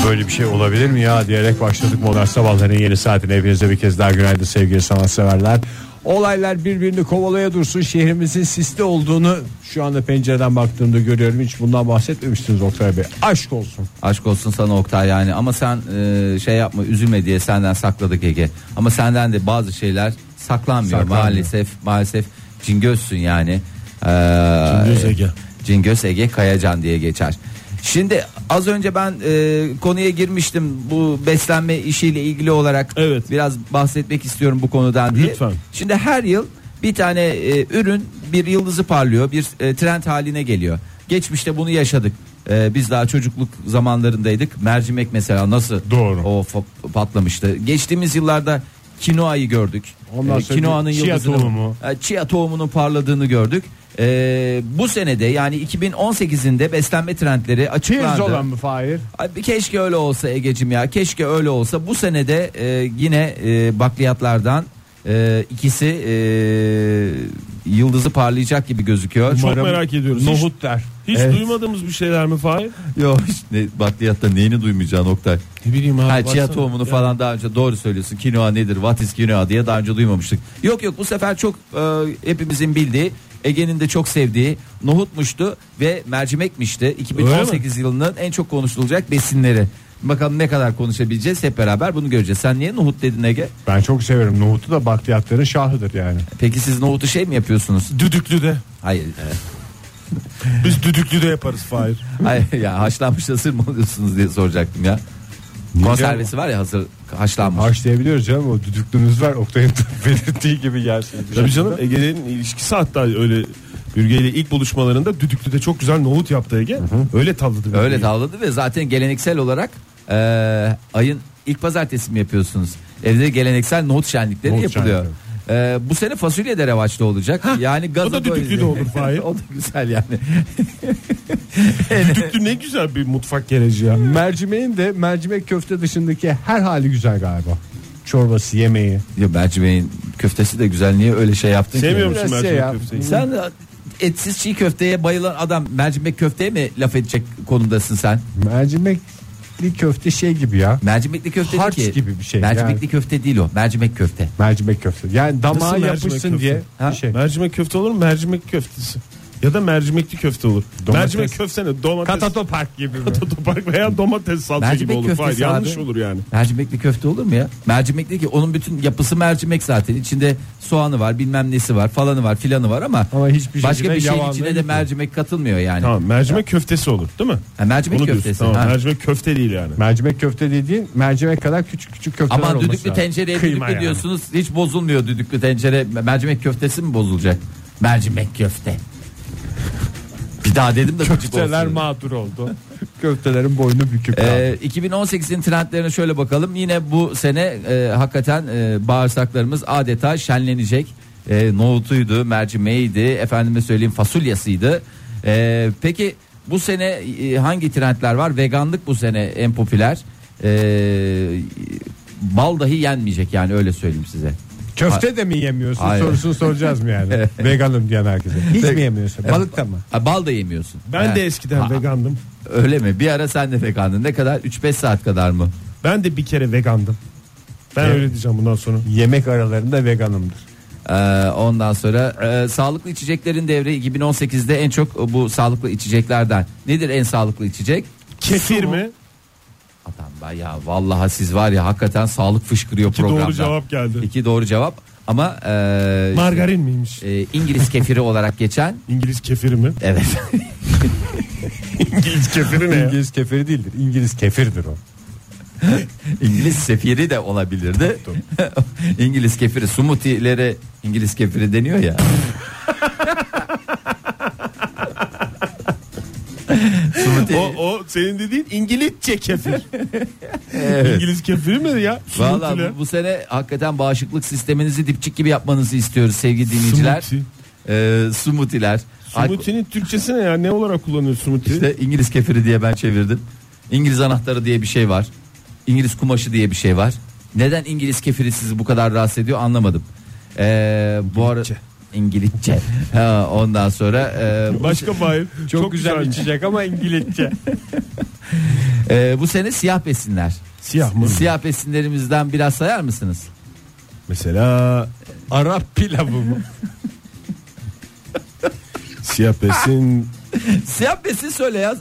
Böyle bir şey olabilir mi ya diyerek başladık Modern Sabahların yeni saatine. Hepinize bir kez daha günaydın sevgili sanatseverler. Olaylar birbirini kovalaya dursun. Şehrimizin sisli olduğunu şu anda pencereden baktığımda görüyorum. Hiç bundan bahsetmemiştiniz Oktay Bey. Aşk olsun.
Aşk olsun sana Oktay yani ama sen e, şey yapma üzülme diye senden sakladık Ege. Ama senden de bazı şeyler saklanmıyor,
Saklanmıyor.
maalesef maalesef cingözsün yani. Ee,
Cingöz Ege.
Cingöz Ege Kayacan diye geçer. Şimdi az önce ben e, konuya girmiştim bu beslenme işiyle ilgili olarak
Evet.
biraz bahsetmek istiyorum bu konudan diye.
Lütfen.
Şimdi her yıl bir tane e, ürün bir yıldızı parlıyor bir e, trend haline geliyor. Geçmişte bunu yaşadık. E, biz daha çocukluk zamanlarındaydık. Mercimek mesela nasıl
Doğru.
o fa- patlamıştı. Geçtiğimiz yıllarda kinoayı gördük.
Ondan sonra
kinoanın
bir chia
yıldızının-
tohumu.
e, chia tohumunun parladığını gördük. E, bu senede yani 2018'inde beslenme trendleri açıklandı.
mı Fahir?
Ay, bir keşke öyle olsa Egecim ya. Keşke öyle olsa. Bu senede e, yine e, bakliyatlardan e, ikisi e, yıldızı parlayacak gibi gözüküyor.
Çok merak ediyoruz. Hiç-
Nohut der.
Hiç
Evet.
duymadığımız bir şeyler mi Fahir?
Yok hiç ne, bakliyatta neyini duymayacaksın Oktay.
Ne bileyim abi.
Ha, chia tohumunu falan daha önce doğru söylüyorsun. Kinoa nedir? What is quinoa diye daha önce duymamıştık. Yok yok bu sefer çok e, hepimizin bildiği Ege'nin de çok sevdiği nohutmuştu ve mercimekmişti. 2018 yılının en çok konuşulacak besinleri. Bakalım ne kadar konuşabileceğiz hep beraber bunu göreceğiz. Sen niye nohut dedin Ege?
Ben çok severim. Nohutu da bakliyatların şahıdır yani.
Peki siz nohutu şey mi yapıyorsunuz?
Düdüklü de.
Hayır. e,
Biz düdüklü de yaparız Fahir.
hayır ya haşlanmış hazır mı alıyorsunuz diye soracaktım ya. Konservesi var ya hazır haşlanmış.
Haşlayabiliyoruz canım. O düdüklüğümüz var. Oktay'ın da belirttiği gibi gelsin.
Tabii canım Ege'nin ilişkisi hatta öyle Bürge ile ilk buluşmalarında düdüklü de çok güzel nohut yaptı Ege. Öyle tavladı. Bürge'yi.
Öyle tavladı ve zaten geleneksel olarak e, ayın ilk pazartesi mi yapıyorsunuz? Evde geleneksel nohut şenlikleri
Nohut
yapılıyor. E, bu sene fasulye de revaçta olacak. yani gaza
da düdüklü
doyuruyor.
de olur Fahir.
o da güzel yani.
Düdüklü ne güzel bir mutfak gereci ya.
Mercimeğin de mercimek köfte dışındaki her hali güzel galiba. Çorbası, yemeği.
Ya mercimeğin köftesi de güzel. Niye öyle şey yaptın
Sevmiyor
ki?
musun
Biraz
mercimek
şey ya.
köfteyi?
Sen etsiz çiğ köfteye bayılan adam mercimek köfteye mi laf edecek konumdasın sen?
Mercimekli köfte şey gibi ya.
Mercimekli köfte
Harç
değil ki.
gibi bir şey
Mercimekli
yani.
köfte değil o. Mercimek köfte.
Mercimek köfte. Yani
Nasıl
damağa
mercimek
yapışsın
köfte?
diye
Ha?
bir şey.
Mercimek köfte olur mu? Mercimek köftesi. Ya da mercimekli köfte olur.
Domates.
Mercimek köfte ne? Domates.
Katatopark gibi. mi?
Katopark veya domates salça
Mercimek
gibi olur.
köftesi
Fahir. Yanlış
abi.
olur yani.
Mercimekli köfte olur mu ya? Mercimekli ki onun bütün yapısı mercimek zaten. İçinde soğanı var, bilmem nesi var, falanı var, filanı var ama,
Ama hiçbir
başka
şekilde
bir şeyin
yavanlığı
içine de
gitmiyor.
mercimek katılmıyor yani.
Tamam mercimek köftesi olur değil mi?
Ha, mercimek
Onu diyorsun.
köftesi.
Tamam,
ha.
mercimek köfte değil yani.
Mercimek köfte dediğin mercimek kadar küçük küçük köfteler
Aman
olması
düdüklü
lazım.
tencereye
Kıyma
düdüklü
yani.
diyorsunuz. Hiç bozulmuyor düdüklü tencere. Mercimek köftesi mi bozulacak? Mercimek köfte. bir daha dedim de gıcık
Köfteler
olsun.
mağdur oldu. Köftelerin boynu bükük. kaldı.
Ee, 2018'in trendlerine şöyle bakalım. Yine bu sene e, hakikaten e, bağırsaklarımız adeta şenlenecek. E, nohutuydu, mercimeğiydi, efendime söyleyeyim fasulyasıydı. E, peki bu sene e, hangi trendler var? Veganlık bu sene en popüler. E, bal dahi yenmeyecek yani öyle söyleyeyim size.
Köfte de mi yemiyorsun
Hayır.
sorusunu soracağız mı yani? Veganım diyen herkese. Hiç mi yemiyorsun? Balık da mı?
Ha, bal da yemiyorsun.
Ben
Ha,
de eskiden
Ha,
vegandım.
Öyle mi? Bir ara sen de vegandın. Ne kadar? 3-5 saat kadar mı?
Ben de bir kere vegandım. Ben öyle diyeceğim bundan sonra.
Yemek aralarında veganımdır.
Ee, ondan sonra e, sağlıklı içeceklerin devri 2018'de en çok bu sağlıklı içeceklerden. Nedir en sağlıklı içecek?
Kefir
Su mu?
mi?
Adam ben ya vallahi siz var ya hakikaten sağlık fışkırıyor
İki
programda.
doğru cevap geldi.
İki doğru cevap ama e,
Margarin miymiş?
e, İngiliz kefiri olarak geçen
İngiliz kefiri mi?
evet
İngiliz kefiri ne ya?
İngiliz kefiri değildir. İngiliz kefirdir o.
İngiliz sefiri de olabilirdi. İngiliz kefiri smoothie'lere İngiliz kefiri deniyor ya. Smoothie-
O, o senin dediğin İngilizce kefir. İngiliz kefiri mi ya?
Valla
Smoothie'le.
bu, bu sene hakikaten bağışıklık sisteminizi dipçik gibi yapmanızı istiyoruz sevgili dinleyiciler.
Smoothie.
Ee, smoothie'ler. Alko-
Smoothie'nin Türkçesi ne ya? Ne olarak kullanıyor smoothie?
İşte İngiliz kefiri diye ben çevirdim. İngiliz anahtarı diye bir şey var. İngiliz kumaşı diye bir şey var. Neden İngiliz kefiri sizi bu kadar rahatsız ediyor anlamadım. Ee, bu ara İngilizce. Ha, ondan sonra e, bu-
Başka bayır. Çok,
Çok, güzel,
güzel.
içecek ama İngilizce.
e, bu sene siyah besinler.
Siyah mı?
Siyah besinlerimizden biraz sayar mısınız?
Mesela
Arap pilavı mı?
siyah besin.
Siyah besin söyle yaz.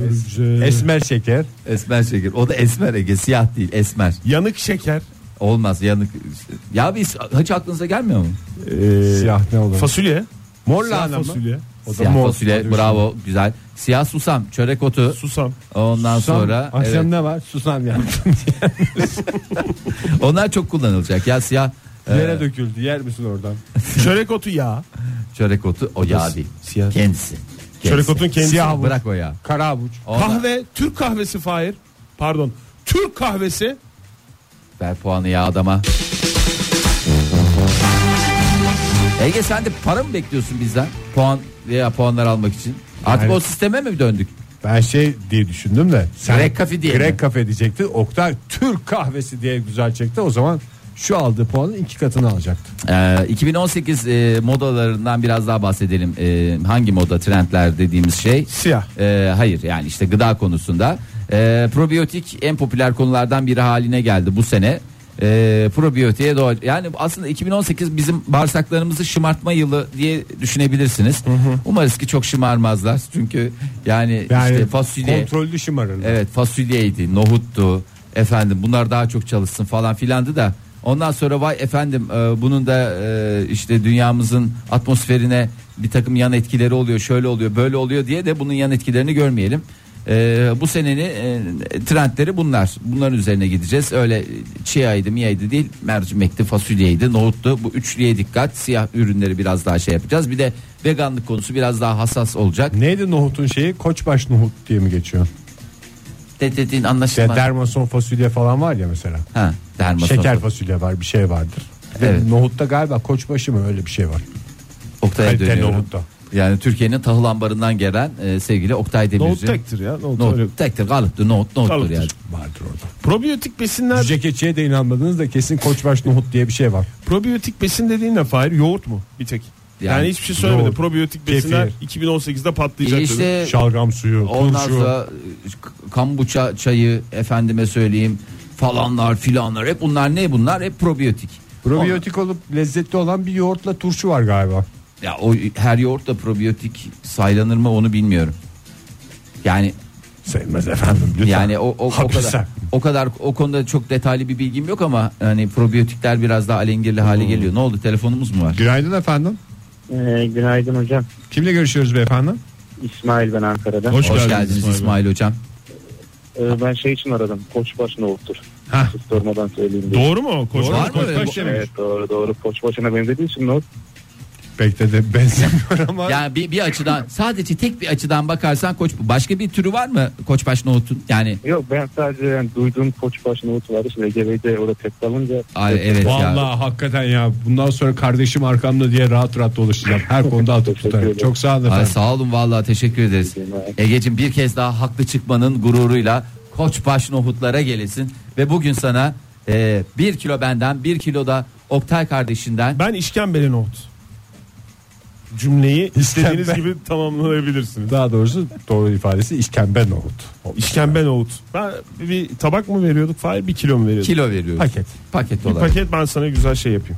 börülce-
Esmer şeker.
Esmer şeker. O da esmer Ege siyah değil esmer.
yanık şeker.
Olmaz yanık. Ya biz hiç aklınıza gelmiyor mu?
Ee,
Siyah ne olur?
Fasulye.
Mor
Siyah
lahana mı?
fasulye.
O da
Siyah
mor.
fasulye bravo güzel. Siyah susam çörek otu.
Susam.
Ondan
Susam,
sonra
akşam
evet.
ne var? Susam ya.
onlar çok kullanılacak. Ya siyah e,
Yere döküldü. Yer misin oradan?
Çörek otu yağı.
çörek otu o yağ değil.
Siyah.
Kendisi.
Çörek otun kendisi.
Siyah bu.
Bırak o yağ.
Kara avuç.
Ondan-
Kahve. Türk kahvesi Fahir. Pardon. Türk kahvesi.
Ver puanı ya adama. Ege sen de para mı bekliyorsun bizden? Puan veya puanlar almak için. Artık
Yani-
o sisteme mi döndük?
Ben şey diye düşündüm de.
Grek kafe diye
Grek
mi?
kafe diyecekti. Oktay Türk kahvesi diye güzel çekti. O zaman şu aldığı puanın iki katını alacaktı.
Ee, 2018 e, modalarından biraz daha bahsedelim. Ee, hangi moda trendler dediğimiz şey?
Siyah.
Ee, hayır yani işte gıda konusunda. Ee, probiyotik en popüler konulardan biri haline geldi bu sene. Ee, probiyotiğe doğru yani aslında 2018 bizim bağırsaklarımızı şımartma yılı diye düşünebilirsiniz. Umarız ki çok şımarmazlar çünkü yani,
Yani
işte fasulye
kontrollü şımarın.
Evet fasulyeydi, nohuttu. Efendim bunlar daha çok çalışsın falan filandı da ondan sonra vay efendim e, bunun da e, işte dünyamızın atmosferine bir takım yan etkileri oluyor, şöyle oluyor, böyle oluyor diye de bunun yan etkilerini görmeyelim. E, bu senenin e, trendleri bunlar. Bunların üzerine gideceğiz. Öyle çiğaydı, miyaydı değil. Mercimekti, fasulyeydi, nohuttu. Bu üçlüye dikkat. Siyah ürünleri biraz daha şey yapacağız. Bir de veganlık konusu biraz daha hassas olacak.
Neydi nohutun şeyi? Koçbaş nohut diye mi geçiyor?
Dediğin
İşte
anlaşılmaz.
dermason fasulye falan var ya mesela.
ha, dermason.
Şeker fasulye var bir şey vardır. Ve
Evet.
Nohutta galiba koçbaşı mı öyle bir şey var.
Oktay'a
Kaliteli
dönüyorum.
nohutta.
Yani Türkiye'nin tahıl ambarından gelen e, sevgili Oktay
Nohut
Demirci.
tektir ya. Nohut öyle.
Nohut tektir kalıptı nohut nohuttur
Kalıptır.
yani.
Vardır orada.
Probiyotik besinler
Cekeçiye de inanmadınız da kesin koçbaş nohut diye bir şey var.
Probiyotik besin dediğin ne Fahir? Yoğurt mu? Bir tek. Yani,
Yani
hiçbir şey söylemedi.
yoğurt,
Probiyotik
kefir.
besinler 2018'de patlayacak.
E
dedi.
işte
Şalgam suyu,
ondan
turşu.
sonra e, kambuça çayı efendime söyleyeyim falanlar filanlar hep bunlar ne bunlar hep probiyotik.
Probiyotik olup lezzetli olan bir yoğurtla turşu var galiba.
O- ya o her yoğurt da probiyotik saylanır mı onu bilmiyorum. Yani
Sayılmaz efendim lütfen.
yani o o, o
Haklısın.
kadar o kadar o konuda çok detaylı bir bilgim yok ama hani probiyotikler biraz daha alengirli hale geliyor. Ne oldu telefonumuz mu var?
Günaydın efendim.
Ee, günaydın hocam.
Kimle görüşüyoruz beyefendi?
İsmail ben Ankara'dan.
Hoş, geldiniz İsmail, hocam.
Ee, ben şey için aradım. Koçbaşı nohuttur.
Hah.
Siz sormadan söyleyeyim diye.
Doğru mu? Koç,
Doğru. Var mı
koç,
öyle?
şey?
koç demiş.
Evet doğru doğru. Koçbaşı'na benzediği için nohut.
Pek de, de benzemiyor ama
Yani bir, bir açıdan sadece tek bir açıdan bakarsan koç başka bir türü var mı koçbaş nohutun? Yani
Yok ben sadece yani duyduğum koçbaşı nohut vardı. Şimdi EGB'de orada tek alınca.
ay, evet ya.
Vallahi hakikaten ya bundan sonra kardeşim arkamda diye rahat rahat dolaşacağım. Her konuda atıp
Teşekkür
tutarım.
ederim.
Çok sağ olun
Ay,
efendim.
sağ olun vallahi teşekkür ederiz. Egeciğim bir kez daha haklı çıkmanın gururuyla koçbaş nohutlara gelesin ve bugün sana e, bir kilo benden bir kilo da Oktay kardeşinden
Ben işkembeli nohut. Cümleyi istediğiniz
İşkembe.
gibi tamamlayabilirsiniz.
Daha doğrusu doğru ifadesi işkembe nohut.
İşkembe nohut. Ben bir tabak mı veriyorduk Fahir? Bir kilo mu veriyorduk?
kilo veriyoruz.
Paket.
Paket
Bir
olarak.
paket ben sana güzel şey yapayım.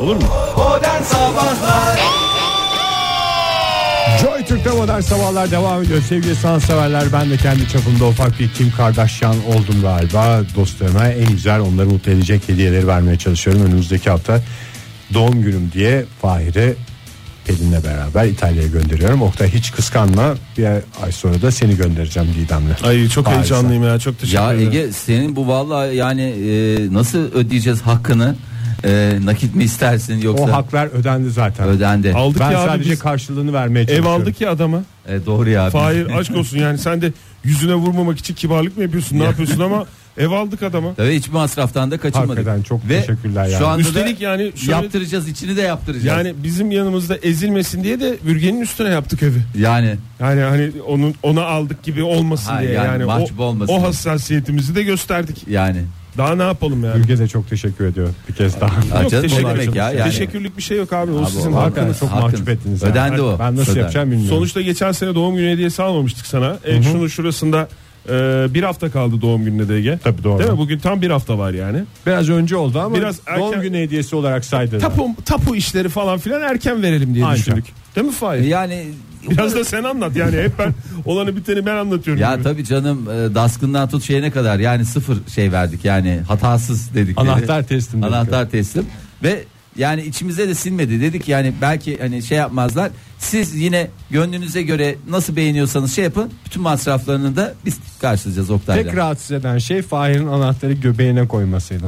Olur mu?
Modern Sabahlar
Joy Türk'te modern sabahlar devam ediyor. Sevgili sanatseverler ben de kendi çapımda ufak bir Kim Kardashian oldum galiba. Dostlarıma en güzel onları mutlu edecek hediyeleri vermeye çalışıyorum. Önümüzdeki hafta doğum günüm diye Fahir'i Pelin'le beraber İtalya'ya gönderiyorum. Oktay hiç kıskanma bir ay sonra da seni göndereceğim Didem'le.
Ay çok
Paris'e.
heyecanlıyım ya. Çok teşekkür
Ya
ederim.
Ege senin bu vallahi yani e, nasıl ödeyeceğiz hakkını? E, nakit mi istersin yoksa
O haklar ödendi zaten.
ödendi?
Aldık
ben
ya abi
sadece
biz.
karşılığını vermeye
Ev
çalışıyorum.
aldık ya adama.
E, doğru ya. biz-
Fahir aşk olsun yani sen de yüzüne vurmamak için kibarlık mı yapıyorsun ne yapıyorsun ama ev aldık adama.
Tabii hiçbir masraftan da kaçınmadık.
Hakikaten çok
Ve
teşekkürler yani.
Şu anda
Üstelik
Üstelik
yani şöyle-
yaptıracağız içini de yaptıracağız. Yani
yani bizim yanımızda ezilmesin diye de bürgenin üstüne yaptık evi.
yani
Yani hani onun ona aldık gibi olmasın
Ha,
diye
yani
yani,
mahcup
o,
olmasın.
o hassasiyetimizi de gösterdik.
yani
Daha ne yapalım yani?
Ülke de çok teşekkür ediyor bir kez daha.
Yok, canım,
teşekkür
ne demek
ederim.
ya, yani.
Teşekkürlük bir şey yok abi. O
Abi,
sizin
o
hakkınız.
hakkınız.
Çok
Hakkınız.
mahcup ettiniz. ya.
Ödendi o.
Ben nasıl
Ödendi.
yapacağım bilmiyorum.
Sonuçta geçen sene doğum günü hediyesi almamıştık sana. E, şunun şurasında e, bir hafta kaldı doğum gününe de Ege.
Tabii doğru.
Değil mi? Bugün tam bir hafta var yani.
Biraz önce oldu ama
Biraz erken-
doğum günü hediyesi olarak saydı.
Tapu, tapu işleri falan filan erken verelim diye
Anca.
düşündük. Değil mi Fahir?
yani
Biraz da sen anlat yani hep ben olanı biteni ben anlatıyorum.
ya
gibi.
tabii canım e, daskından tut şeyine kadar yani sıfır şey verdik yani hatasız dedik.
Anahtar teslim dedik.
Anahtar teslim ve yani içimize de sinmedi dedik yani belki hani şey yapmazlar. Siz yine gönlünüze göre nasıl beğeniyorsanız şey yapın. Bütün masraflarını da biz karşılayacağız Oktay'la.
Tek rahatsız eden şey Fahir'in anahtarı göbeğine koymasıydı.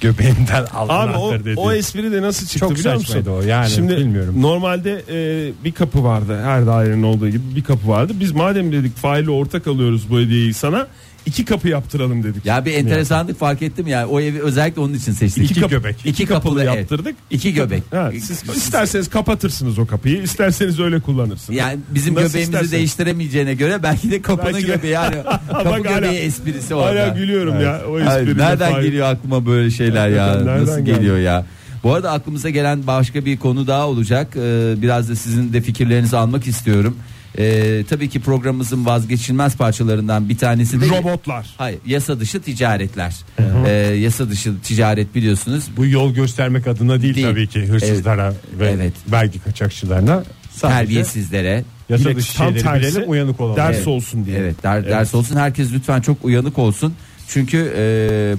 Göbeğinden aldı
Abi o,
anahtarı dedi.
o espri de nasıl çıktı
Çok
biliyor musun?
saçmaydı o yani,
Şimdi
bilmiyorum.
normalde e, bir kapı vardı her dairenin olduğu gibi bir kapı vardı. Biz madem dedik faili ortak alıyoruz bu hediyeyi sana iki kapı yaptıralım dedik.
Ya bir enteresanlık fark ettim ya. O evi özellikle onun için seçtik.
İki
kapı-
göbek.
İki kapılı, ev.
yaptırdık.
İki göbek.
Ha, siz isterseniz kapatırsınız o kapıyı, isterseniz öyle kullanırsınız.
Yani bizim
Nasıl
göbeğimizi
isterseniz.
değiştiremeyeceğine göre belki de kapının
Belki de-
göbeği yani kapı
Bak hala-
göbeği esprisi var.
Hala gülüyorum ya o
Ay,
esprinin
nereden
faili.
geliyor aklıma böyle şeyler ya?
Hakikaten nereden
Nasıl
geldi?
geliyor ya? Bu arada aklımıza gelen başka bir konu daha olacak. Ee, biraz da sizin de fikirlerinizi almak istiyorum. Ee, tabii ki programımızın vazgeçilmez parçalarından bir tanesi de
Robotlar.
Hayır, yasa dışı ticaretler. Ee, yasa dışı ticaret biliyorsunuz.
Bu yol göstermek adına değil,
Değil.
tabii ki hırsızlara ve
Evet.
vergi kaçakçılarına sadece
Terbiyesizlere.
yasa
Bilek-
dışı
tam
şeyleri
tersi,
bilelim uyanık olalım.
Ders
Evet.
olsun diye.
Evet, der, ders olsun. Herkes lütfen çok uyanık olsun. Çünkü e,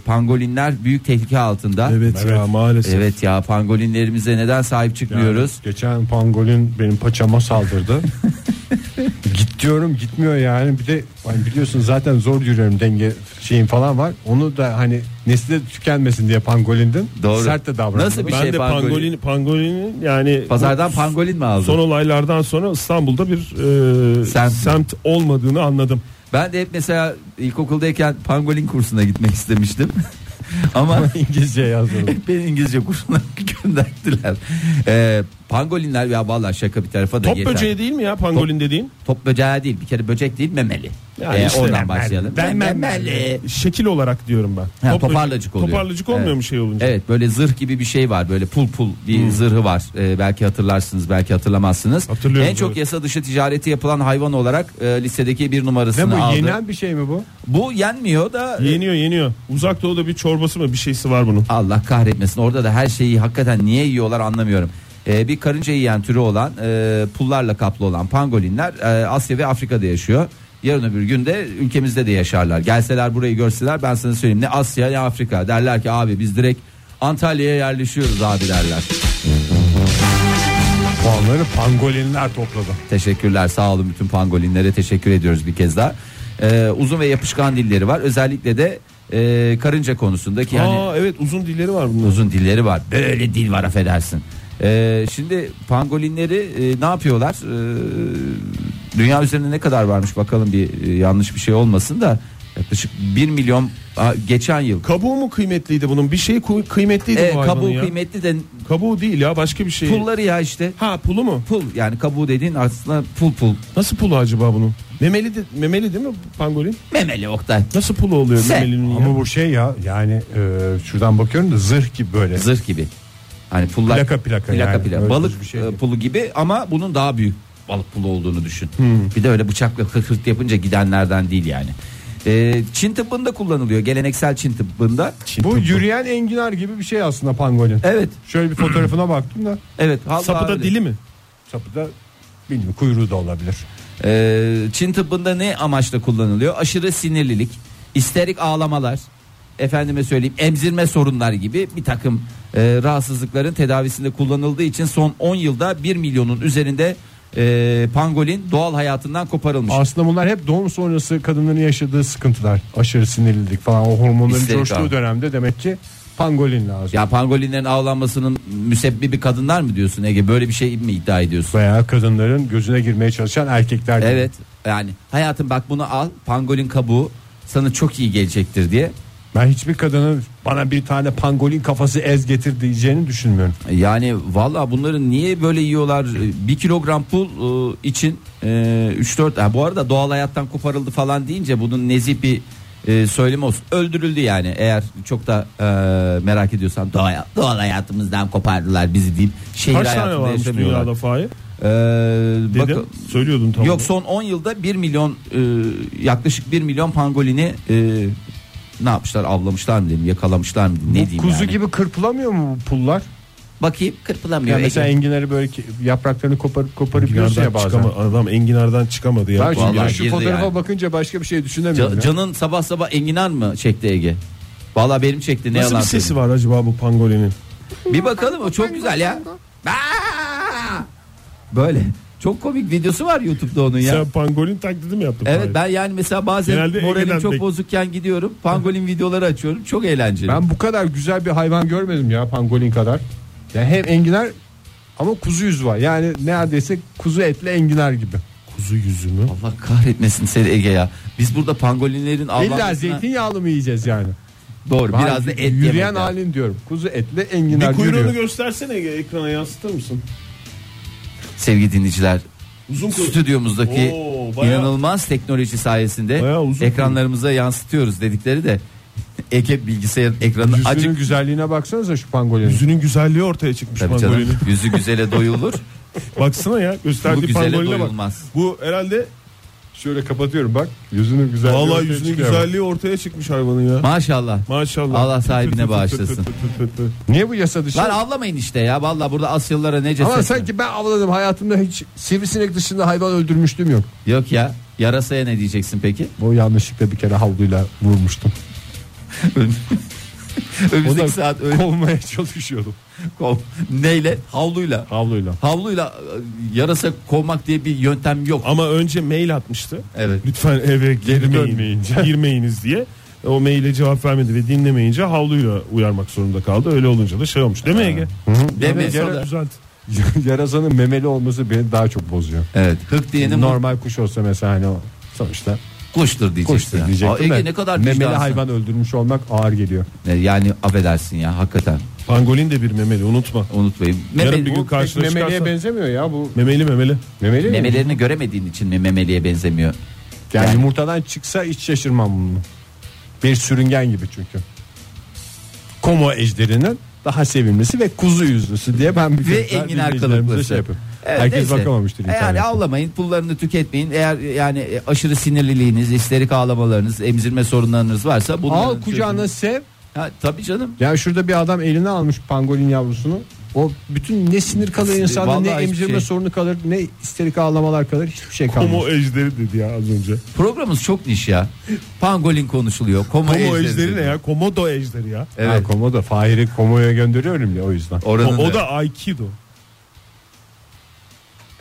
pangolinler büyük tehlike altında.
Evet, ya maalesef.
Evet ya pangolinlerimize neden sahip çıkmıyoruz?
Geçen pangolin benim paçama saldırdı. Git diyorum gitmiyor yani bir de hani biliyorsun zaten zor yürüyorum denge şeyim falan var. Onu da hani nesli tükenmesin diye pangolindin
Doğru.
sert de davrandım.
Nasıl bir
ben
şey
de
pangolin?
pangolin, pangolinin yani
Pazardan
bu
pangolin mi aldın?
son olaylardan sonra İstanbul'da bir e,
Semt.
semt. olmadığını anladım.
Ben de hep mesela ilkokuldayken pangolin kursuna gitmek istemiştim. Ama
İngilizce yazdım.
hep beni İngilizce kursuna gönderdiler. Ee, pangolinler ya vallahi şaka bir tarafa da
Top
yeter.
böceği değil mi ya pangolin dediğin?
Top böceği değil bir kere böcek değil memeli.
Yani
Ee,
işte
oradan
memeli.
başlayalım.
Ben
memeli.
Şekil olarak diyorum ben.
Ha,
Top böceği-
toparlacık oluyor.
Toparlacık olmuyor
Evet.
mu şey olunca?
Evet böyle zırh gibi bir şey var böyle pul pul bir zırhı var Ee, belki hatırlarsınız belki hatırlamazsınız.
Hatırlıyorum,
en çok
evet.
yasa dışı ticareti yapılan hayvan olarak e, listedeki bir numarasını
Ve bu
aldı.
yenen bir şey mi bu?
Bu yenmiyor da e,
Yeniyor yeniyor. Uzak Doğu'da bir çorbası mı bir şeysi var bunun.
Allah kahretmesin orada da her şeyi hakikaten niye yiyorlar anlamıyorum. Ee, bir karınca yiyen türü olan e, pullarla kaplı olan pangolinler e, Asya ve Afrika'da yaşıyor. Yarın öbür günde ülkemizde de yaşarlar. Gelseler burayı görseler ben sana söyleyeyim ne Asya ne Afrika derler ki abi biz direkt Antalya'ya yerleşiyoruz abi derler.
Puanları pangolinler topladı.
Teşekkürler sağ olun bütün pangolinlere teşekkür ediyoruz bir kez daha. Ee, uzun ve yapışkan dilleri var. Özellikle de e, karınca konusundaki hani
Aa evet uzun dilleri var bunun.
uzun dilleri var. Böyle dil var affedersin. Ee, şimdi pangolinleri e, ne yapıyorlar? Ee, dünya üzerinde ne kadar varmış bakalım bir e, yanlış bir şey olmasın da yaklaşık 1 milyon a, geçen yıl.
Kabuğu mu kıymetliydi bunun? Bir şey ku- kıymetliydi
Ee,
bu hayvanın
kabuğu
ya.
kıymetli de
Kabuğu değil ya başka bir şey.
pulları ya işte.
Ha pulu mu?
Pul yani kabuğu dediğin aslında pul pul.
Nasıl pulu acaba bunun? Memeli de, memeli değil mi pangolin?
Memeli Oktay.
Nasıl pulu oluyor
Sen-
memelinin? ya?
Ama bu şey ya yani e, şuradan bakıyorum da zırh gibi böyle.
zırh gibi. Hani pullar
Plaka plaka
plaka,
yani.
plaka.
Öyle düz
balık
bir şey
e,
değil.
pulu gibi ama bunun daha büyük balık pulu olduğunu düşün.
Hmm.
Bir de öyle bıçakla hırt hırt yapınca gidenlerden değil yani. E, Çin tıbbında kullanılıyor geleneksel Çin tıbbında.
Bu yürüyen enginar gibi bir şey aslında pangolin.
Evet,
Şöyle bir
Hmm.
fotoğrafına baktım da
evet. vallahi
Sapı da
öyle.
dili mi?
sapı da bilmiyorum kuyruğu da olabilir.
E, Çin tıbbında ne amaçla kullanılıyor? Aşırı sinirlilik, isterik ağlamalar, efendime söyleyeyim emzirme sorunlar gibi bir takım e, rahatsızlıkların tedavisinde kullanıldığı için son 10 yılda 1 milyonun üzerinde e, pangolin doğal hayatından koparılmış.
Aslında bunlar hep doğum sonrası kadınların yaşadığı sıkıntılar. Aşırı sinirlilik falan o hormonların
İsterik
coştuğu
abi.
dönemde demek ki pangolin lazım.
Ya pangolinlerin avlanmasının müsebbibi kadınlar mı diyorsun Ege? Böyle bir şey mi iddia ediyorsun?
Veya kadınların gözüne girmeye çalışan erkekler. gibi.
Evet. Yani hayatım bak bunu al. Pangolin kabuğu sana çok iyi gelecektir diye.
Ben hiçbir kadının bana bir tane pangolin kafası ez getir diyeceğini düşünmüyorum.
Yani valla bunların niye böyle yiyorlar? Bir kilogram pul e, için e, 3-4 bu arada doğal hayattan koparıldı falan deyince bunun nezih bir e, söylemi olsun. Öldürüldü yani eğer çok da e, merak ediyorsan doğal, doğal hayatımızdan kopardılar bizi deyip şehir
Kaç tane
hayatında
varmış
yaşamıyorlar.
dünyada fail?
E,
Dedim.
bakın-
Söylüyordun tamam.
Yok son 10 yılda 1 milyon e, yaklaşık 1 milyon pangolini e, ne yapmışlar avlamışlar mı diyeyim yakalamışlar mı diyeyim, ne
Bu
diyeyim
kuzu
yani.
gibi kırpılamıyor mu bu pullar?
Bakayım kırpılamıyor.
Yani mesela
Ege.
enginarı böyle ki- yapraklarını koparıp koparıp yiyorsun
Enginar'dan
ya bazen.
çıkama, adam enginardan çıkamadı ya.
Ben şimdi
Vallahi
şu
girdi
fotoğrafa
yani.
bakınca başka bir şey
Ca-
düşünemiyorum. ya.
canın sabah sabah enginar mı çekti Ege? Valla benim çekti ne
Nasıl bir
yalan
sesi
söyleyeyim.
var acaba bu pangolinin?
Bir bakalım o çok güzel ya. Aa! Böyle çok komik videosu var YouTube'da onun ya.
Sen pangolin taklidi mi yaptın?
Evet
Fahir?
ben yani mesela bazen
Genelde
moralim
Ege'den
çok
bek-
bozukken gidiyorum. Pangolin videoları açıyorum. Çok eğlenceli.
Ben bu kadar güzel bir hayvan görmedim ya pangolin kadar. Ya hem enginar ama kuzu yüzü var. Yani neredeyse kuzu etli enginar gibi.
kuzu yüzümü.
Allah kahretmesin seni Ege ya. Biz burada pangolinlerin
İlla
avlanmasına-
zeytinyağlı mı yiyeceğiz yani?
Doğru biraz
Ben
da et yemek
Yürüyen
lazım.
halin diyorum. Kuzu etli enginar
Bir kuyruğunu
yürüyor.
göstersene Ege, ekrana yansıtır mısın?
Sevgili dinleyiciler
Uzun kuyruk.
stüdyomuzdaki
Oo, bayağı-
inanılmaz teknoloji sayesinde
Bayağı uzun
ekranlarımıza yansıtıyoruz dedikleri de Ege bilgisayar ekranı
Yüzünün
acık
güzelliğine baksanıza şu pangolinin.
Yüzünün güzelliği ortaya çıkmış
Tabii
pangolinin.
canım yüzü güzele doyulur
Baksana ya
bu
gösterdiği
güzele
pangoline bak.
doyulmaz.
Bu herhalde
Şöyle kapatıyorum bak. Yüzünün güzelliği.
vallahi
ortaya
yüzünün
çıkıyor.
güzelliği ortaya çıkmış hayvanın ya.
Maşallah.
Maşallah.
Allah sahibine bağışlasın.
Niye bu yasa dışı?
Lan avlamayın işte ya vallahi burada Asyalılara ne cesaret.
Ama sanki ben avladım hayatımda hiç sivrisinek dışında hayvan öldürmüştüm yok.
Yok ya yarasaya ne diyeceksin peki?
O yanlışlıkla bir kere havluyla vurmuştum.
Önümüzdeki saat öyle
Kovmaya çalışıyordum.
kov. Neyle? Havluyla.
Havluyla.
Havluyla e, yarasa kovmak diye bir yöntem yok.
Ama önce mail atmıştı.
Evet.
Lütfen eve girmeyin,
dönmeyince.
girmeyiniz diye. O maile cevap vermedi ve dinlemeyince havluyla uyarmak zorunda kaldı. Öyle olunca da şey olmuş. Değil mi Ege?
Deme.
Sonra düzelt.
Yarazanın memeli olması beni daha çok bozuyor.
Evet. Hık diyenin normal
Normal kuş olsa mesela hani o sonuçta
kuştur diyeceksin.
kuştur
ya. Aa,
diyecektim
Ege
de
ne kadar
memeli
vicdansın.
hayvan öldürmüş olmak ağır geliyor.
E, Yani affedersin ya hakikaten.
Pangolin de bir memeli unutma.
Unutmayın.
Yarın bir
Memeli,
gün karşına çıkarsa.
benzemiyor ya bu.
Memeli memeli.
Memeli mi?
memelerini göremediğin için mi memeliye benzemiyor?
Yani, yumurtadan çıksa hiç şaşırmam bunu. Bir sürüngen gibi çünkü. Komo ejderinin daha sevimlisi ve kuzu yüzlüsü diye ben bir
Ve
tekrar
enginar
dinleyicilerimize
kılıklısı.
şey yapayım.
Evet,
Herkes
neyse.
bakamamıştır
Yani
internette.
avlamayın pullarını tüketmeyin. Eğer yani e, aşırı sinirliliğiniz, isterik ağlamalarınız, emzirme sorunlarınız varsa bunların
Al kucağına sev.
çözümü- Ha, tabii canım.
Yani şurada bir adam eline almış pangolin yavrusunu. O bütün ne sinir kalır
Sinir-
insanda ne
vallahi hiçbir
emzirme
şey.
sorunu kalır ne isterik ağlamalar kalır hiçbir şey kalmaz.
Homo ejderi dedi ya az önce.
Programımız çok niş ya. Pangolin konuşuluyor. Komo,
Homo
ejderi
ejderi ne
dedi.
ya? Komodo ejderi ya.
Evet.
Ha, komodo Fahir'i komoya gönderiyorum ya o yüzden.
Oranın
o, o
da-
da Aikido.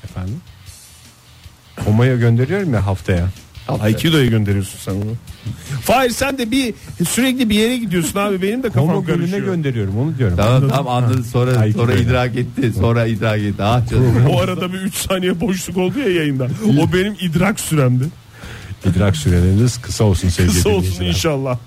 Efendim? Komoya gönderiyorum ya haftaya.
Aikido'ya gönderiyorsun sen onu. Fahir sen de bir sürekli bir yere gidiyorsun abi. Benim de
Komo
kafam
bölümüne
karışıyor.
gönderiyorum onu diyorum.
Tamam tamam anladım sonra
Ay,
sonra
güzel.
idrak etti. Sonra idrak etti. Ah canım.
O arada bir 3 saniye boşluk oldu ya yayında. O benim idrak süremdi.
İdrak süreleriniz kısa olsun sevgili
Kısa olsun
dinleyiciler.
inşallah.